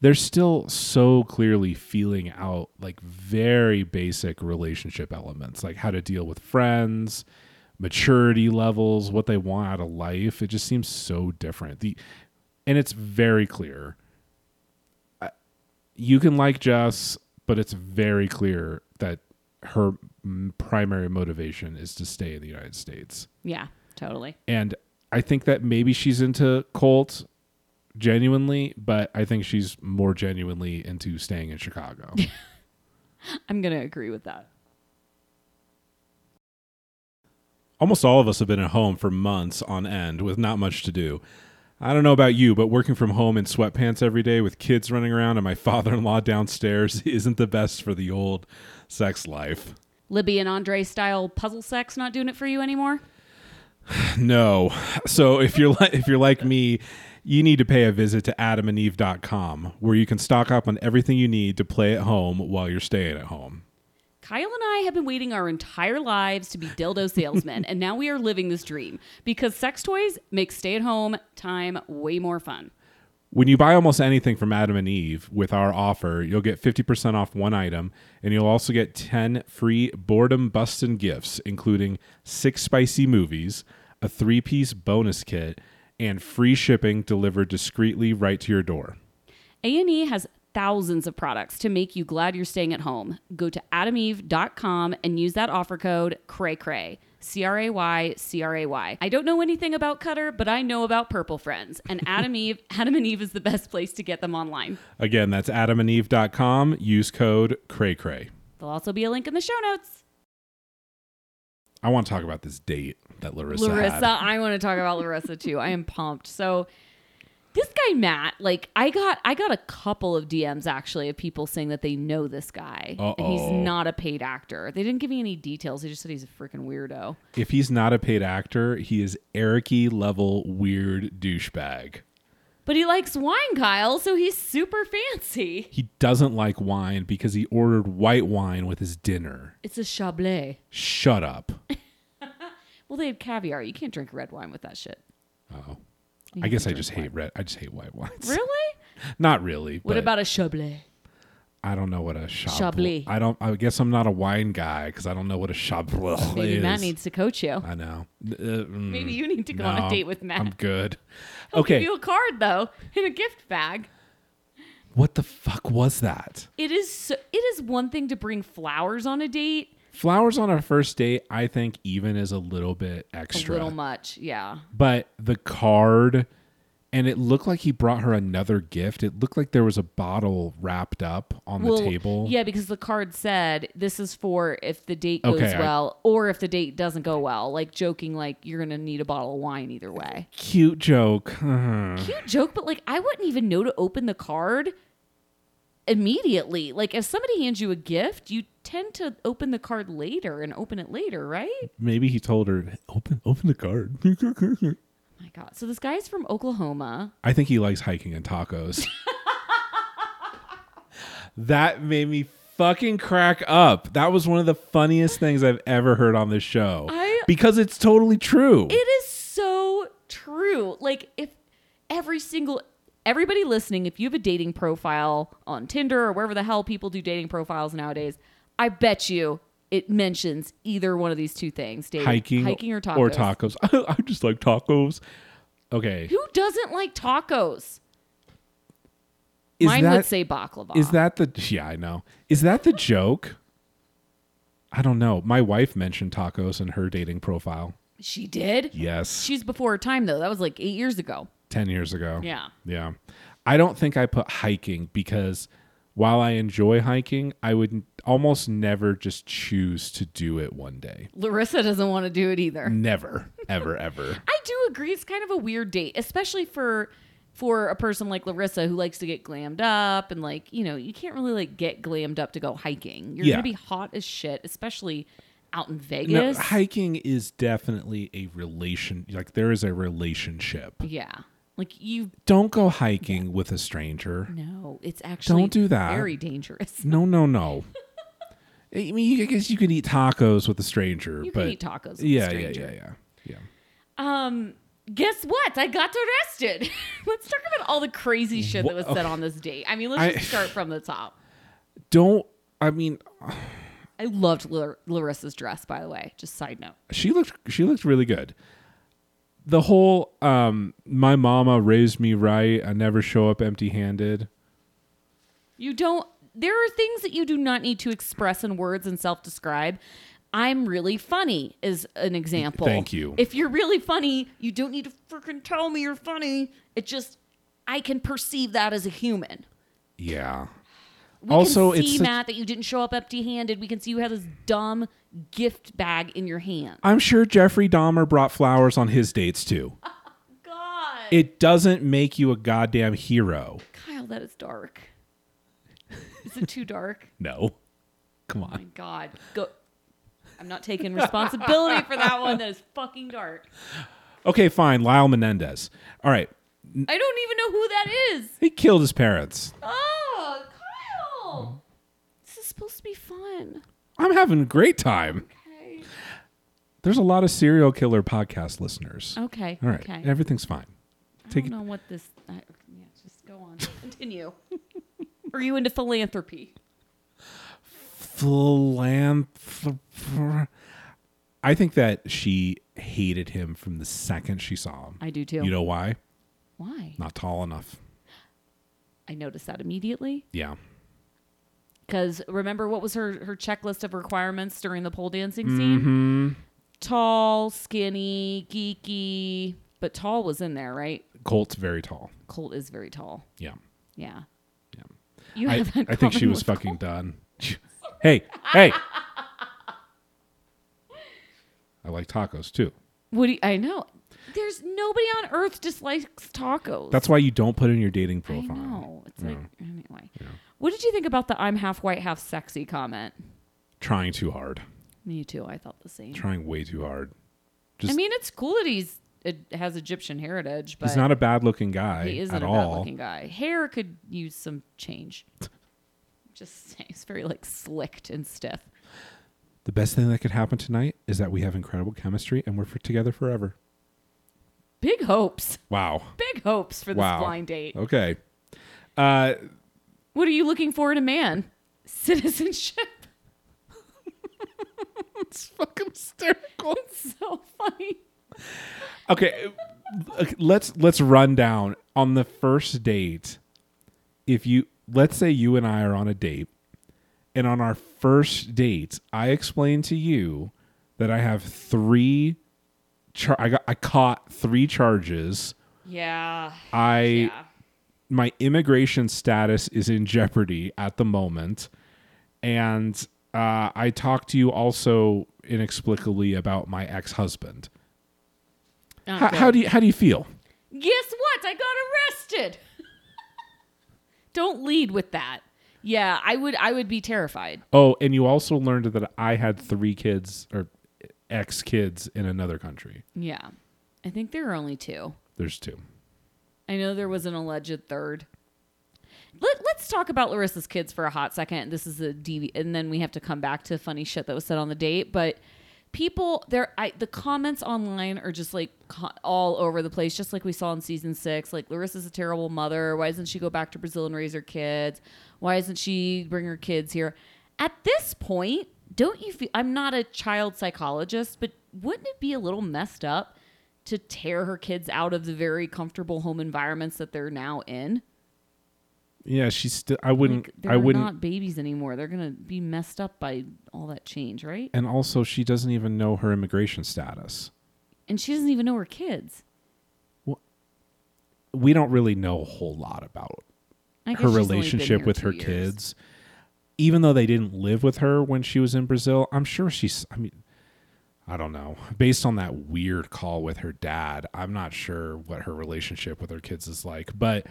Speaker 4: they're still so clearly feeling out like very basic relationship elements, like how to deal with friends, maturity levels, what they want out of life. It just seems so different. The and it's very clear you can like Jess, but it's very clear that her m- primary motivation is to stay in the United States.
Speaker 1: Yeah, totally.
Speaker 4: And I think that maybe she's into Colt genuinely, but I think she's more genuinely into staying in Chicago.
Speaker 1: I'm going to agree with that.
Speaker 4: Almost all of us have been at home for months on end with not much to do. I don't know about you, but working from home in sweatpants every day with kids running around and my father in law downstairs isn't the best for the old sex life.
Speaker 1: Libby and Andre style puzzle sex not doing it for you anymore?
Speaker 4: No. So if you're li- if you're like me, you need to pay a visit to adamandeve.com where you can stock up on everything you need to play at home while you're staying at home.
Speaker 1: Kyle and I have been waiting our entire lives to be dildo salesmen, and now we are living this dream because sex toys make stay at home time way more fun.
Speaker 4: When you buy almost anything from Adam and Eve with our offer, you'll get 50% off one item and you'll also get 10 free boredom busting gifts including 6 spicy movies, a 3-piece bonus kit, and free shipping delivered discreetly right to your door.
Speaker 1: A&E E has thousands of products to make you glad you're staying at home. Go to adameve.com and use that offer code CRAYCRAY. C R A Y C R A Y. I don't know anything about Cutter, but I know about Purple Friends. And Adam Eve, Adam and Eve is the best place to get them online.
Speaker 4: Again, that's adamandeve.com. Use code CRAYCRAY.
Speaker 1: There'll also be a link in the show notes.
Speaker 4: I want to talk about this date that Larissa,
Speaker 1: Larissa,
Speaker 4: had.
Speaker 1: I want to talk about Larissa too. I am pumped. So this guy Matt, like I got I got a couple of DMs actually of people saying that they know this guy. And he's
Speaker 4: Uh-oh.
Speaker 1: not a paid actor. They didn't give me any details. They just said he's a freaking weirdo.
Speaker 4: If he's not a paid actor, he is Ericy level weird douchebag.
Speaker 1: But he likes wine, Kyle, so he's super fancy.
Speaker 4: He doesn't like wine because he ordered white wine with his dinner.
Speaker 1: It's a Chablais.
Speaker 4: Shut up.
Speaker 1: Well, they had caviar. You can't drink red wine with that shit.
Speaker 4: Oh. I guess I just hate red. I just hate white wines.
Speaker 1: Really?
Speaker 4: Not really.
Speaker 1: What
Speaker 4: but
Speaker 1: about a Chablais?
Speaker 4: I don't know what a
Speaker 1: Chablis.
Speaker 4: chablis. I don't. I guess I'm not a wine guy because I don't know what a chablis
Speaker 1: Maybe
Speaker 4: is.
Speaker 1: Matt needs to coach you.
Speaker 4: I know. Uh, mm,
Speaker 1: Maybe you need to go on
Speaker 4: no,
Speaker 1: a date with Matt.
Speaker 4: I'm good.
Speaker 1: Give
Speaker 4: Okay.
Speaker 1: you a card though in a gift bag.
Speaker 4: What the fuck was that?
Speaker 1: It is so, it is one thing to bring flowers on a date,
Speaker 4: Flowers on our first date, I think, even is a little bit
Speaker 1: a
Speaker 4: extra.
Speaker 1: little much. Yeah.
Speaker 4: but the card, and it looked like he brought her another gift. It looked like there was a bottle wrapped up on the table.
Speaker 1: Yeah, because the card said this is for if the date goes
Speaker 4: Okay, I-
Speaker 1: well or if the date doesn't go well, like joking like you're going to need a bottle of wine either way.
Speaker 4: Cute joke. Uh, Huh.
Speaker 1: Cute joke, but like I wouldn't even know to open the card immediately. Like if somebody hands you a gift, you tend to open the card later and open it later, right?
Speaker 4: Maybe he told her, open open the card.
Speaker 1: my god. So this guy's from Oklahoma.
Speaker 4: I think he likes hiking and tacos. that made me fucking crack up. That was one of the funniest things I've ever heard on this show.
Speaker 1: I-
Speaker 4: because it's totally true.
Speaker 1: It is so true. Like if every single everybody listening, if you have a dating profile on Tinder or wherever the hell people do dating profiles nowadays, I bet you it mentions either one of these two things: dating,
Speaker 4: hiking,
Speaker 1: hiking or tacos.
Speaker 4: Or tacos. I, just like tacos. Okay.
Speaker 1: Who doesn't like tacos?
Speaker 4: Is
Speaker 1: Mine
Speaker 4: that-
Speaker 1: would say baklava.
Speaker 4: Is that the yeah, I know. Is that the joke? I don't know. My wife mentioned tacos in her dating profile.
Speaker 1: she did?
Speaker 4: Yes.
Speaker 1: She's before her time though. That was like eight years ago.
Speaker 4: Ten years ago.
Speaker 1: Yeah.
Speaker 4: Yeah. I don't think I put hiking because while I enjoy hiking, I would n- almost never just choose to do it one day.
Speaker 1: Larissa doesn't want to do it either.
Speaker 4: Never, ever, ever.
Speaker 1: I do agree. It's kind of a weird date, especially for for a person like Larissa who likes to get glammed up and like you know you can't really like get glammed up to go hiking. You're
Speaker 4: Yeah.
Speaker 1: gonna be hot as shit, especially out in
Speaker 4: No,
Speaker 1: Vegas.
Speaker 4: hiking is definitely a relation like there is a relationship.
Speaker 1: yeah, like you.
Speaker 4: Don't go hiking with a stranger.
Speaker 1: No, it's actually
Speaker 4: do that.
Speaker 1: Very dangerous.
Speaker 4: No, no, no. I mean, you, I guess you could eat tacos with a stranger,
Speaker 1: You
Speaker 4: but
Speaker 1: can eat tacos. With
Speaker 4: yeah,
Speaker 1: a stranger.
Speaker 4: yeah, yeah, yeah,
Speaker 1: Um, guess what? I got arrested. let's talk about all the crazy shit that was
Speaker 4: Wha-
Speaker 1: said on this date. I mean, let's
Speaker 4: I-
Speaker 1: just start from the top.
Speaker 4: yeah. Don't. I mean,
Speaker 1: I loved Lar- Larissa's dress, by the way. Just side note.
Speaker 4: she looked. She looked really good. The whole um, "my mama raised me right. I never show up empty-handed."
Speaker 1: You don't. There are things that you do not need to express in words and self describe. I'm really funny is an example.
Speaker 4: Thank you.
Speaker 1: If you're really funny, you don't need to freaking tell me you're funny. It just, I can perceive that as a human.
Speaker 4: Yeah.
Speaker 1: We
Speaker 4: Also,
Speaker 1: can
Speaker 4: it's
Speaker 1: see,
Speaker 4: such-
Speaker 1: Matt, that you didn't show up empty handed. We can see you had this dumb gift bag in your hand.
Speaker 4: I'm sure Jeffrey Dahmer brought flowers on his dates too.
Speaker 1: God.
Speaker 4: It doesn't make you a goddamn hero.
Speaker 1: Kyle, that is dark. Is it too dark?
Speaker 4: No. Come
Speaker 1: My
Speaker 4: on.
Speaker 1: God. Go. I'm not taking responsibility for that one. That is fucking dark.
Speaker 4: Okay, fine. Lyle Menendez. All right.
Speaker 1: I don't even know who that is.
Speaker 4: He killed his parents.
Speaker 1: Oh, Kyle. This is supposed to be fun.
Speaker 4: I'm having a great time.
Speaker 1: Okay.
Speaker 4: There's a lot of serial killer podcast listeners.
Speaker 1: Okay.
Speaker 4: All right.
Speaker 1: Okay.
Speaker 4: Everything's fine.
Speaker 1: I
Speaker 4: Take
Speaker 1: don't know what this. I, yeah, just go on. Continue. Are you into philanthropy?
Speaker 4: philanthropy. I think that she hated him from the second she saw him.
Speaker 1: I do too.
Speaker 4: You know why?
Speaker 1: Why?
Speaker 4: Not tall enough.
Speaker 1: I noticed that immediately.
Speaker 4: Yeah.
Speaker 1: Because remember what was her her checklist of requirements during the pole dancing scene?
Speaker 4: Mm-hmm.
Speaker 1: Tall, skinny, geeky, but tall was in there, right?
Speaker 4: Colt's very tall.
Speaker 1: Colt is very tall.
Speaker 4: Yeah.
Speaker 1: Yeah.
Speaker 4: Yeah.
Speaker 1: You
Speaker 4: I,
Speaker 1: have that
Speaker 4: I think
Speaker 1: common
Speaker 4: she was
Speaker 1: with
Speaker 4: fucking done. hey, hey. I like tacos too.
Speaker 1: What do you, I know? There's nobody on earth dislikes tacos.
Speaker 4: That's why you don't put in your dating
Speaker 1: I
Speaker 4: profile.
Speaker 1: know. It's like anyway. What did you think about the "I'm half white, half sexy" comment?
Speaker 4: Trying too hard.
Speaker 1: Me too. I thought the same.
Speaker 4: Trying way too hard.
Speaker 1: I
Speaker 4: just-
Speaker 1: mean, it's cool that he's it has Egyptian heritage, but
Speaker 4: He's not a bad looking guy
Speaker 1: he isn't
Speaker 4: at
Speaker 1: a
Speaker 4: all.
Speaker 1: bad-looking guy. Hair could use some change. Just saying, it's very like slicked and stiff.
Speaker 4: The best thing that could happen tonight is that we have incredible chemistry and we're for together forever.
Speaker 1: Big hopes.
Speaker 4: Wow.
Speaker 1: Big hopes for this
Speaker 4: wow.
Speaker 1: blind date.
Speaker 4: Okay. Uh,
Speaker 1: What are you looking for in a man? Citizenship.
Speaker 4: it's fucking hysterical.
Speaker 1: It's so funny.
Speaker 4: Okay, uh, okay, let's let's run down on the first date. If you let's say you and I are on a date, and on our first date, I explain to you that I have three. Char- I got I caught three charges.
Speaker 1: Yeah.
Speaker 4: I
Speaker 1: yeah.
Speaker 4: my immigration status is in jeopardy at the moment. And uh, I talked to you also inexplicably about my ex husband. How, how do you how do you feel?
Speaker 1: Guess what? I got arrested. Don't lead with that. Yeah, I would. I would be terrified.
Speaker 4: Oh, and you also learned that I had three kids or ex kids in another country.
Speaker 1: Yeah, I think there are only two.
Speaker 4: There's two.
Speaker 1: I know there was an alleged third. Let, let's talk about Larissa's kids for a hot second. This is a DV, and then we have to come back to funny shit that was said on the date. But people, there, I the comments online are just like co- all over the place, just like we saw in season six. Like Larissa's a terrible mother. Why doesn't she go back to Brazil and raise her kids? Why doesn't she bring her kids here? At this point, don't you feel? I'm not a child psychologist, but wouldn't it be a little messed up to tear her kids out of the very comfortable home environments that they're now in.
Speaker 2: Yeah, she's still. I wouldn't.
Speaker 1: Like, they're
Speaker 2: I wouldn't.
Speaker 1: not babies anymore. They're gonna be messed up by all that change, right?
Speaker 2: And also, she doesn't even know her immigration status.
Speaker 1: And she doesn't even know her kids.
Speaker 2: We don't really know a whole lot about
Speaker 1: I guess
Speaker 2: her
Speaker 1: she's only been
Speaker 2: relationship
Speaker 1: here
Speaker 2: with
Speaker 1: two
Speaker 2: her
Speaker 1: years.
Speaker 2: kids. Even though they didn't live with her when she was in Brazil, I'm sure she's. I mean, I don't know. Based on that weird call with her dad, I'm not sure what her relationship with her kids is like, but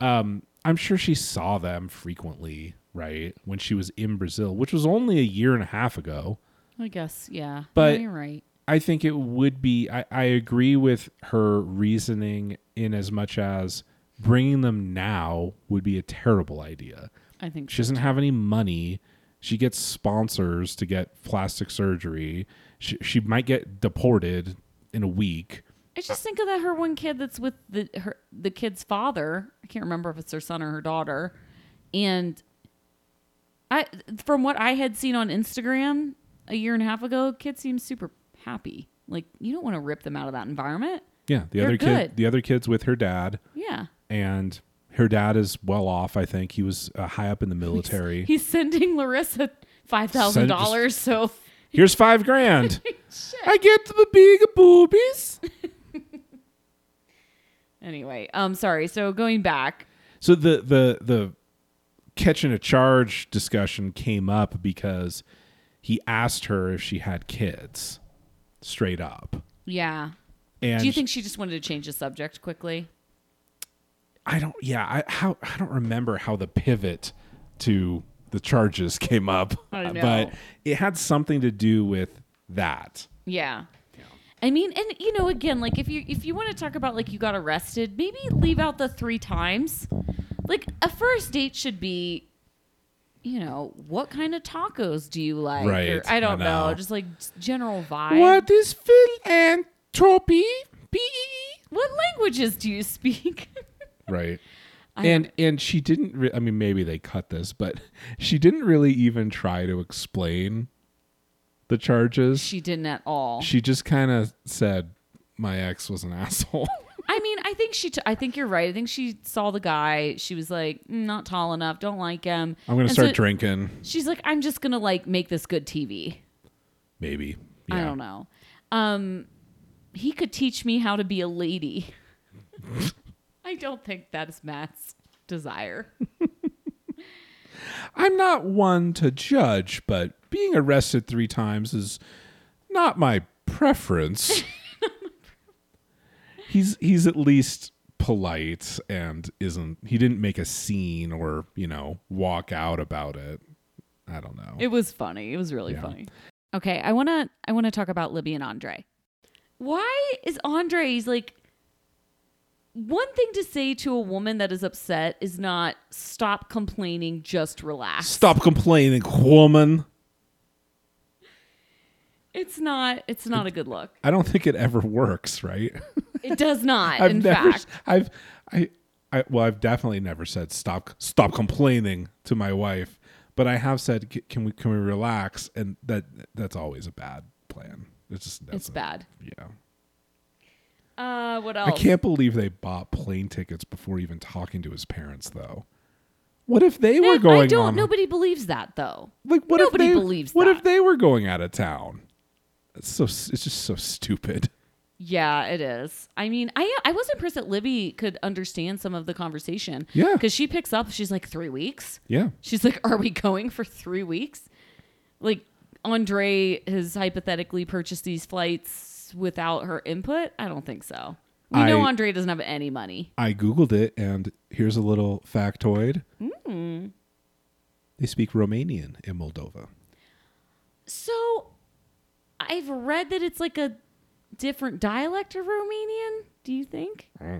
Speaker 2: um, I'm sure she saw them frequently, right? When she was in Brazil, which was only a year and a half ago.
Speaker 1: I guess, yeah.
Speaker 2: But-
Speaker 1: No, you're right.
Speaker 2: I think it would be. I, I agree with her reasoning in as much as bringing them now would be a terrible idea.
Speaker 1: I think
Speaker 2: She doesn't have any money. She gets sponsors to get plastic surgery. She, she might get deported in a week.
Speaker 1: I just think of that her one kid that's with the her the kid's father. I can't remember if it's her son or her daughter. And I from what I had seen on Instagram a year and a half ago, kid seems super happy. Like you don't want to rip them out of that environment.
Speaker 2: Yeah, the
Speaker 1: They're
Speaker 2: other
Speaker 1: good.
Speaker 2: kid, the other kid's with her dad,
Speaker 1: Yeah.
Speaker 2: and her dad is well off. I think he was uh, high up in the military.
Speaker 1: He's sending Larissa five thousand dollars, so
Speaker 2: Here's five grand. I get the big boobies.
Speaker 1: anyway, um sorry. So going back,
Speaker 2: So the the the catching a charge discussion came up because he asked her if she had kids, straight up.
Speaker 1: yeah.
Speaker 2: And
Speaker 1: Do you think she just wanted to change the subject quickly?
Speaker 2: I don't? Yeah, I how I don't remember how the pivot to the charges came up,
Speaker 1: I know.
Speaker 2: but it had something to do with that.
Speaker 1: Yeah. I mean, and you know, again, like if you if you want to talk about like you got arrested, maybe leave out the three times. Like a first date should be, you know, what kind of tacos do you like?
Speaker 2: Right,
Speaker 1: I don't
Speaker 2: I
Speaker 1: know.
Speaker 2: know.
Speaker 1: Just like general vibe.
Speaker 2: is philanthropy? E
Speaker 1: What languages do you speak?
Speaker 2: right and and she didn't re- i mean maybe they cut this but she didn't really even try to explain the charges she,
Speaker 1: she didn't at all.
Speaker 2: just kind of said my ex was an asshole
Speaker 1: I mean, I think she. T- I think you're right. I think she saw the guy. She was like, "Mm, not tall enough. Don't like him.
Speaker 2: i'm gonna
Speaker 1: And
Speaker 2: start
Speaker 1: so
Speaker 2: drinking
Speaker 1: She's like, I'm just gonna like make this good TV.
Speaker 2: maybe
Speaker 1: I don't know. Um, he could teach me how to be a lady. I don't think that is Matt's desire.
Speaker 2: i'm not one to judge but being arrested three times is not my preference he's he's at least polite and isn't he didn't make a scene or you know walk out about it i don't know
Speaker 1: It was funny. It was really
Speaker 2: Yeah.
Speaker 1: funny. Okay, I wanna I wanna talk about Libby and Andre. Why is Andre's like one thing to say to a woman that is upset is not stop complaining, just relax.
Speaker 2: Stop complaining, woman.
Speaker 1: It's not it's not a good look.
Speaker 2: I don't think it ever works, right?
Speaker 1: It does not, in
Speaker 2: never,
Speaker 1: fact.
Speaker 2: I've, I, I, well, I've definitely never said stop, stop complaining to my wife, but I have said, "C- can we, can we relax? And that, that's always a bad plan. It's just,
Speaker 1: It's
Speaker 2: doesn't-
Speaker 1: bad.
Speaker 2: Yeah.
Speaker 1: Uh what else?
Speaker 2: I can't believe they bought plane tickets before even talking to his parents, though. What if they were
Speaker 1: That-
Speaker 2: going
Speaker 1: I don't.
Speaker 2: on?
Speaker 1: Nobody believes that though.
Speaker 2: like, what
Speaker 1: nobody
Speaker 2: if they,
Speaker 1: believes
Speaker 2: What
Speaker 1: that.
Speaker 2: if they were going out of town? It's so, it's just so stupid.
Speaker 1: Yeah, it is. I mean, I I was impressed that Libby could understand some of the conversation.
Speaker 2: Yeah.
Speaker 1: because she picks up. She's like three weeks.
Speaker 2: Yeah.
Speaker 1: She's like, "Are we going for three weeks?" Like Andre has hypothetically purchased these flights without her input. I don't think so. We know
Speaker 2: I-
Speaker 1: Andre doesn't have any money.
Speaker 2: I googled it, and here's a little factoid. They speak Romanian in Moldova.
Speaker 1: So I've read that it's like a different dialect of Romanian. Do you think? Hmm.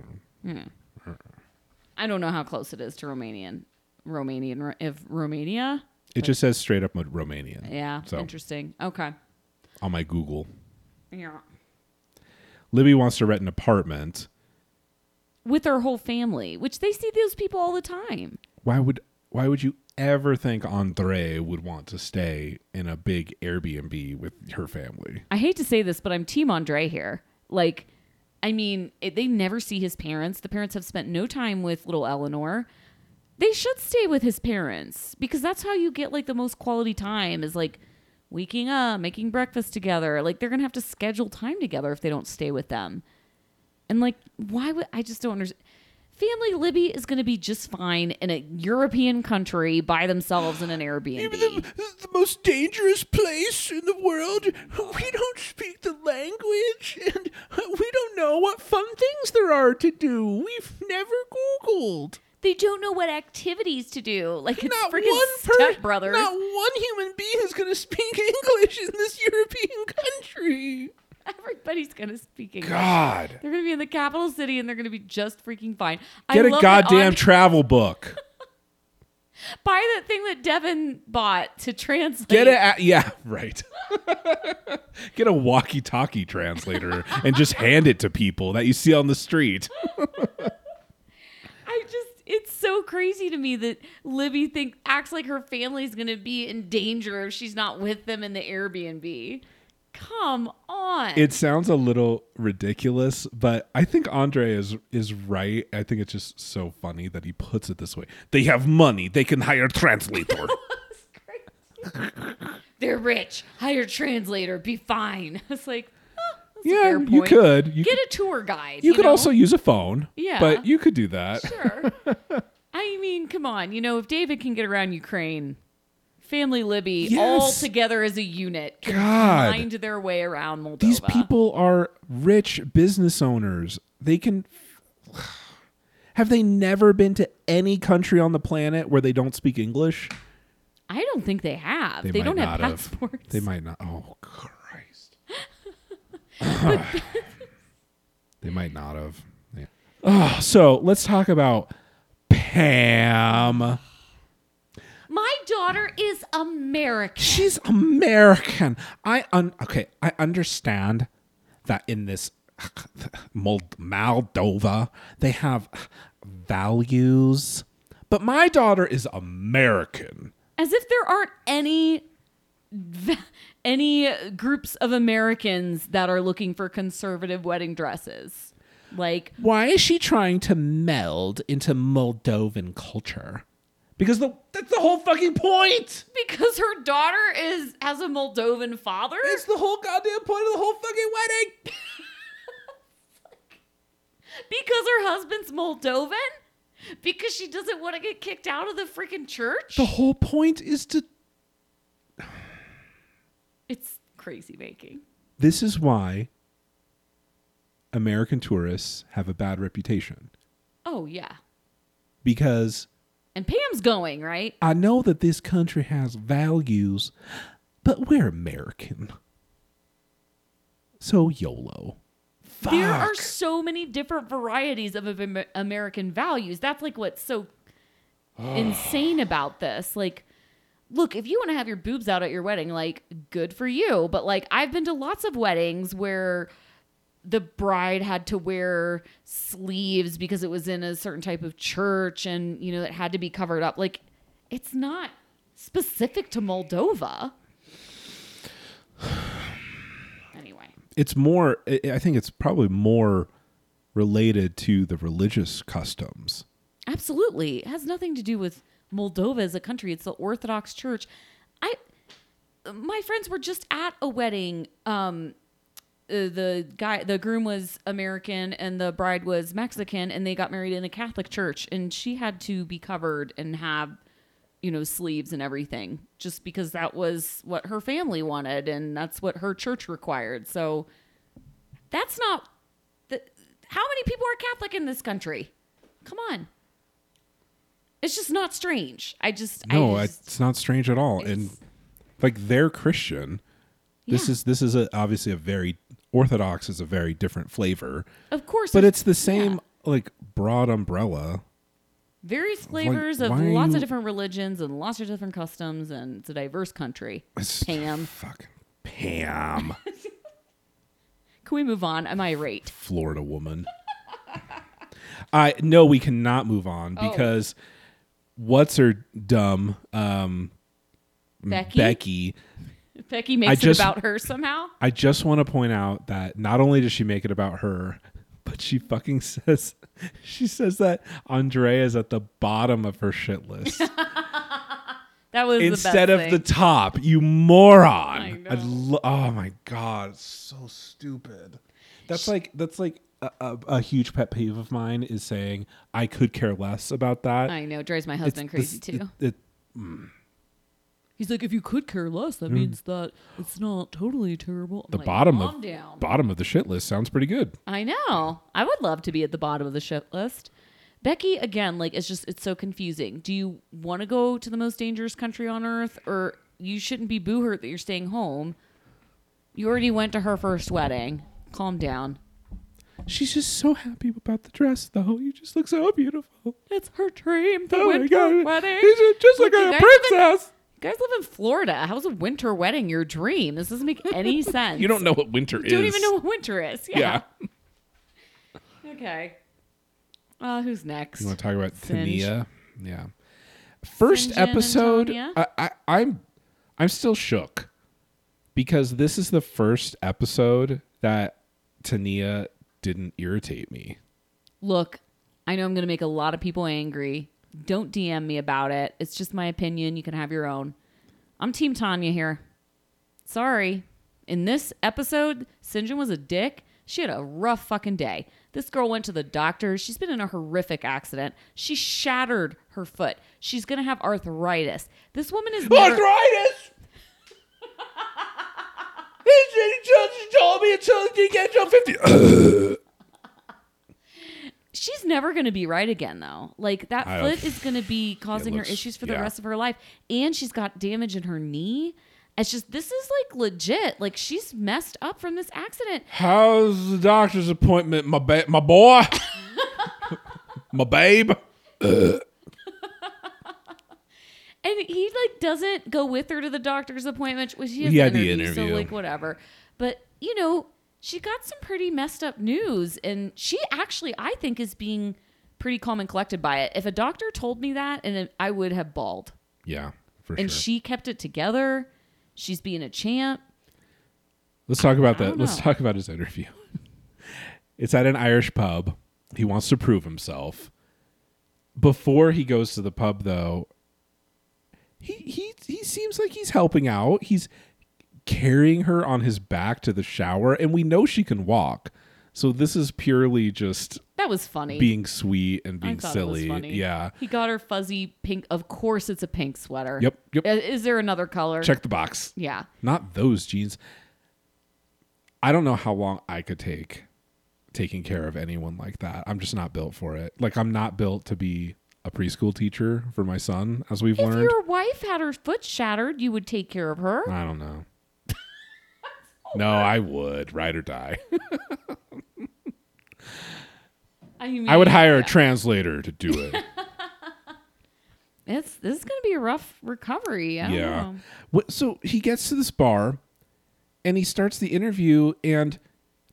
Speaker 1: I don't know how close it is to Romanian. Romanian if Romania.
Speaker 2: It just says straight up Mo- Romanian.
Speaker 1: Yeah,
Speaker 2: So
Speaker 1: interesting. Okay.
Speaker 2: on my Google,
Speaker 1: Yeah.
Speaker 2: Libby wants to rent an apartment.
Speaker 1: With her whole family, which they see those people all the time.
Speaker 2: Why would Why would you ever think Andre would want to stay in a big Airbnb with her family?
Speaker 1: I hate to say this, but I'm Team Andre here. Like, I mean, it, they never see his parents. The parents have spent no time with little Eleanor. They should stay with his parents because that's how you get like the most quality time is like waking up, making breakfast together. Like they're going to have to schedule time together if they don't stay with them. And like, why would I just don't understand? Family Libby is going to be just fine in a European country by themselves in an Airbnb.
Speaker 3: the most dangerous place in the world. We don't speak the language, and we don't know what fun things there are to do. We've never Googled.
Speaker 1: they don't know what activities to do. Like it's
Speaker 3: Not
Speaker 1: freaking
Speaker 3: one per-
Speaker 1: stepbrothers.
Speaker 3: Not one human being is going to speak English in this European country.
Speaker 1: Everybody's gonna speak English.
Speaker 2: God.
Speaker 1: They're gonna be in the capital city and they're gonna be just freaking fine.
Speaker 2: Get
Speaker 1: I
Speaker 2: a
Speaker 1: love that
Speaker 2: goddamn
Speaker 1: on-
Speaker 2: travel book.
Speaker 1: buy that thing that Devin bought to translate.
Speaker 2: Get it at, yeah, right. Get a walkie-talkie translator and just hand it to people that you see on the street.
Speaker 1: I just it's so crazy to me that Libby think acts like her family's gonna be in danger if she's not with them in the Airbnb. Come on.
Speaker 2: It sounds a little ridiculous, but I think Andre is is right. I think it's just so funny that he puts it this way.
Speaker 3: They have money. They can hire a translator.
Speaker 1: They're rich. Hire a translator. Be fine. It's like, huh, that's a
Speaker 2: yeah,
Speaker 1: fair
Speaker 2: you
Speaker 1: point.
Speaker 2: could. You
Speaker 1: get
Speaker 2: could,
Speaker 1: a tour guide.
Speaker 2: you could
Speaker 1: know?
Speaker 2: also use a phone.
Speaker 1: Yeah.
Speaker 2: But you could do that.
Speaker 1: sure. I mean, come on. You know, if David can get around Ukraine, family Libby all
Speaker 2: Yes.
Speaker 1: together as a unit can
Speaker 2: God.
Speaker 1: find their way around Moldova.
Speaker 2: These people are rich business owners. They can Have they never been to any country on the planet where they don't speak English?
Speaker 1: I don't think they have. They, don't have passports.
Speaker 2: They might not. Oh Christ. they might not have. Yeah. Oh, so let's talk about Pam.
Speaker 1: My daughter is American.
Speaker 2: She's American. I un- okay. I understand that in this Mold- Moldova they have values, but my daughter is American.
Speaker 1: As if there aren't any v- any groups of Americans that are looking for conservative wedding dresses. Like
Speaker 2: Why is she trying to meld into Moldovan culture? Because the
Speaker 3: That's the whole fucking point.
Speaker 1: because her daughter is has a Moldovan father.
Speaker 3: That's the whole goddamn point of the whole fucking wedding.
Speaker 1: Because her husband's Moldovan? Because she doesn't want to get kicked out of the freaking church?
Speaker 2: the whole point is to
Speaker 1: It's crazy making.
Speaker 2: this is why American tourists have a bad reputation
Speaker 1: Oh, yeah.
Speaker 2: because
Speaker 1: And Pam's going, right?
Speaker 2: I know that this country has values, but we're American. So YOLO. Fuck.
Speaker 1: There are so many different varieties of Am- American values. That's like what's so insane about this. Like, look, if you want to have your boobs out at your wedding, like, good for you. But like, I've been to lots of weddings where the bride had to wear sleeves because it was in a certain type of church and, you know, it had to be covered up. Like, it's not specific to Moldova. Anyway.
Speaker 2: it's more, I I think it's probably more related to the religious customs.
Speaker 1: Absolutely. It has nothing to do with Moldova as a country. It's the Orthodox Church. I my friends were just at a wedding. Um uh, the guy the groom was American and the bride was Mexican and they got married in a Catholic church and she had to be covered and have you know sleeves and everything just because that was what her family wanted and that's what her church required. So that's not the, how many people are Catholic in this country? Come on. It's just not strange. I just
Speaker 2: No,
Speaker 1: I
Speaker 2: I-
Speaker 1: just,
Speaker 2: it's not strange at all. And
Speaker 1: it's-
Speaker 2: like they're Christian. This
Speaker 1: Yeah.
Speaker 2: is this is a, obviously a very Orthodox is a very different flavor,
Speaker 1: of course,
Speaker 2: but
Speaker 1: there's
Speaker 2: it's the same like broad umbrella.
Speaker 1: various flavors of
Speaker 2: why are
Speaker 1: lots
Speaker 2: you-
Speaker 1: of different religions and lots of different customs, and it's a diverse country.
Speaker 2: It's-
Speaker 1: Pam,
Speaker 2: Fucking Pam,
Speaker 1: can we move on? I'm irate.
Speaker 2: Florida woman. I no, we cannot move on
Speaker 1: Oh.
Speaker 2: because what's her dumb um,
Speaker 1: Becky, Becky,
Speaker 2: Becky.
Speaker 1: makes
Speaker 2: I just-
Speaker 1: it about her somehow.
Speaker 2: I just want to point out that not only does she make it about her, she fucking says she says that Andrea is at the bottom of her shit list
Speaker 1: That was
Speaker 2: instead
Speaker 1: the
Speaker 2: of
Speaker 1: best
Speaker 2: the
Speaker 1: thing.
Speaker 2: top. You moron!
Speaker 1: I know.
Speaker 2: I'd lo- oh my god, it's so stupid. That's like that's like a, a, a huge pet peeve of mine is saying I could care less about that.
Speaker 1: I know drives my husband crazy
Speaker 2: It's-
Speaker 1: too.
Speaker 2: it- it-
Speaker 1: He's like, if you could care less, that Hmm. means that it's not totally terrible.
Speaker 2: the bottom
Speaker 1: calm
Speaker 2: of
Speaker 1: down.
Speaker 2: bottom of the shit list sounds pretty good.
Speaker 1: I know. I would love to be at the bottom of the shit list. Becky, again, like it's just it's so confusing. Do you want to go to the most dangerous country on earth, or you shouldn't be boo hurt that you're staying home? You already went to her first wedding. Calm down.
Speaker 2: She's just so happy about the dress, though. You just look so beautiful.
Speaker 1: It's her dream. The
Speaker 2: Oh my
Speaker 1: winter
Speaker 2: god,
Speaker 1: wedding.
Speaker 2: He's just like
Speaker 1: Look, you
Speaker 2: a
Speaker 1: guys
Speaker 2: princess.
Speaker 1: You guys live in Florida. How's a winter wedding your dream? This doesn't make any sense.
Speaker 2: You don't know what winter is.
Speaker 1: You don't even know what winter is. Yeah.
Speaker 2: Yeah.
Speaker 1: Okay. Uh, who's next?
Speaker 2: You want to talk about
Speaker 1: Singe.
Speaker 2: Tania? Yeah. First
Speaker 1: Sinjin and
Speaker 2: episode,
Speaker 1: Tanya?
Speaker 2: I, I, I'm, I'm still shook because this is the first episode that Tania didn't irritate me.
Speaker 1: Look, I know I'm going to make a lot of people angry. Don't DM me about it. It's just my opinion. You can have your own. I'm Team Tanya here. Sorry. In this episode, Sinjin was a dick. She had a rough fucking day. This girl went to the doctor. She's been in a horrific accident. She shattered her foot. She's going to have arthritis. This woman
Speaker 2: Oh,
Speaker 1: is never-
Speaker 2: Arthritis. He just told me until he gets up fifty.
Speaker 1: she's never going to be right again though like that
Speaker 2: I don't-
Speaker 1: foot is going to be causing
Speaker 2: looks-
Speaker 1: her issues for the
Speaker 2: yeah.
Speaker 1: rest of her life and she's got damage in her knee it's just this is like legit like she's messed up from this accident
Speaker 2: How's the doctor's appointment, my ba- my boy, my babe?
Speaker 1: and he like doesn't go with her to the doctor's appointment which he has
Speaker 2: He
Speaker 1: an
Speaker 2: had the
Speaker 1: interview, so
Speaker 2: interview.
Speaker 1: like whatever but you know she got some pretty messed up news and she actually i think is being pretty calm and collected by it if a doctor told me that and it- i would have bawled
Speaker 2: Yeah, for
Speaker 1: and
Speaker 2: sure.
Speaker 1: she kept it together she's being a champ
Speaker 2: Let's talk about
Speaker 1: I
Speaker 2: that.
Speaker 1: don't
Speaker 2: Let's
Speaker 1: know.
Speaker 2: talk about his interview. it's at an Irish pub. He wants to prove himself. Before he goes to the pub, though, he he he seems like he's helping out. He's carrying her on his back to the shower, and we know she can walk. So this is purely just
Speaker 1: That was funny.
Speaker 2: being sweet and being
Speaker 1: I thought
Speaker 2: silly.
Speaker 1: It was funny.
Speaker 2: Yeah.
Speaker 1: He got her fuzzy pink. Of course, it's a pink sweater.
Speaker 2: Yep, yep.
Speaker 1: I- Is there another color?
Speaker 2: Check the box.
Speaker 1: Yeah.
Speaker 2: Not those jeans. I don't know how long I could take taking care of anyone like that. I'm just not built for it. Like I'm not built to be a preschool teacher for my son, as we've
Speaker 1: If
Speaker 2: learned.
Speaker 1: your wife had her foot shattered, you would take care of her.
Speaker 2: I don't know. no, I would. Ride or die.
Speaker 1: I, mean,
Speaker 2: I would hire a translator to do it.
Speaker 1: It's this is going to be a rough recovery. I don't
Speaker 2: yeah.
Speaker 1: know.
Speaker 2: Wh- So he gets to this bar and he starts the interview and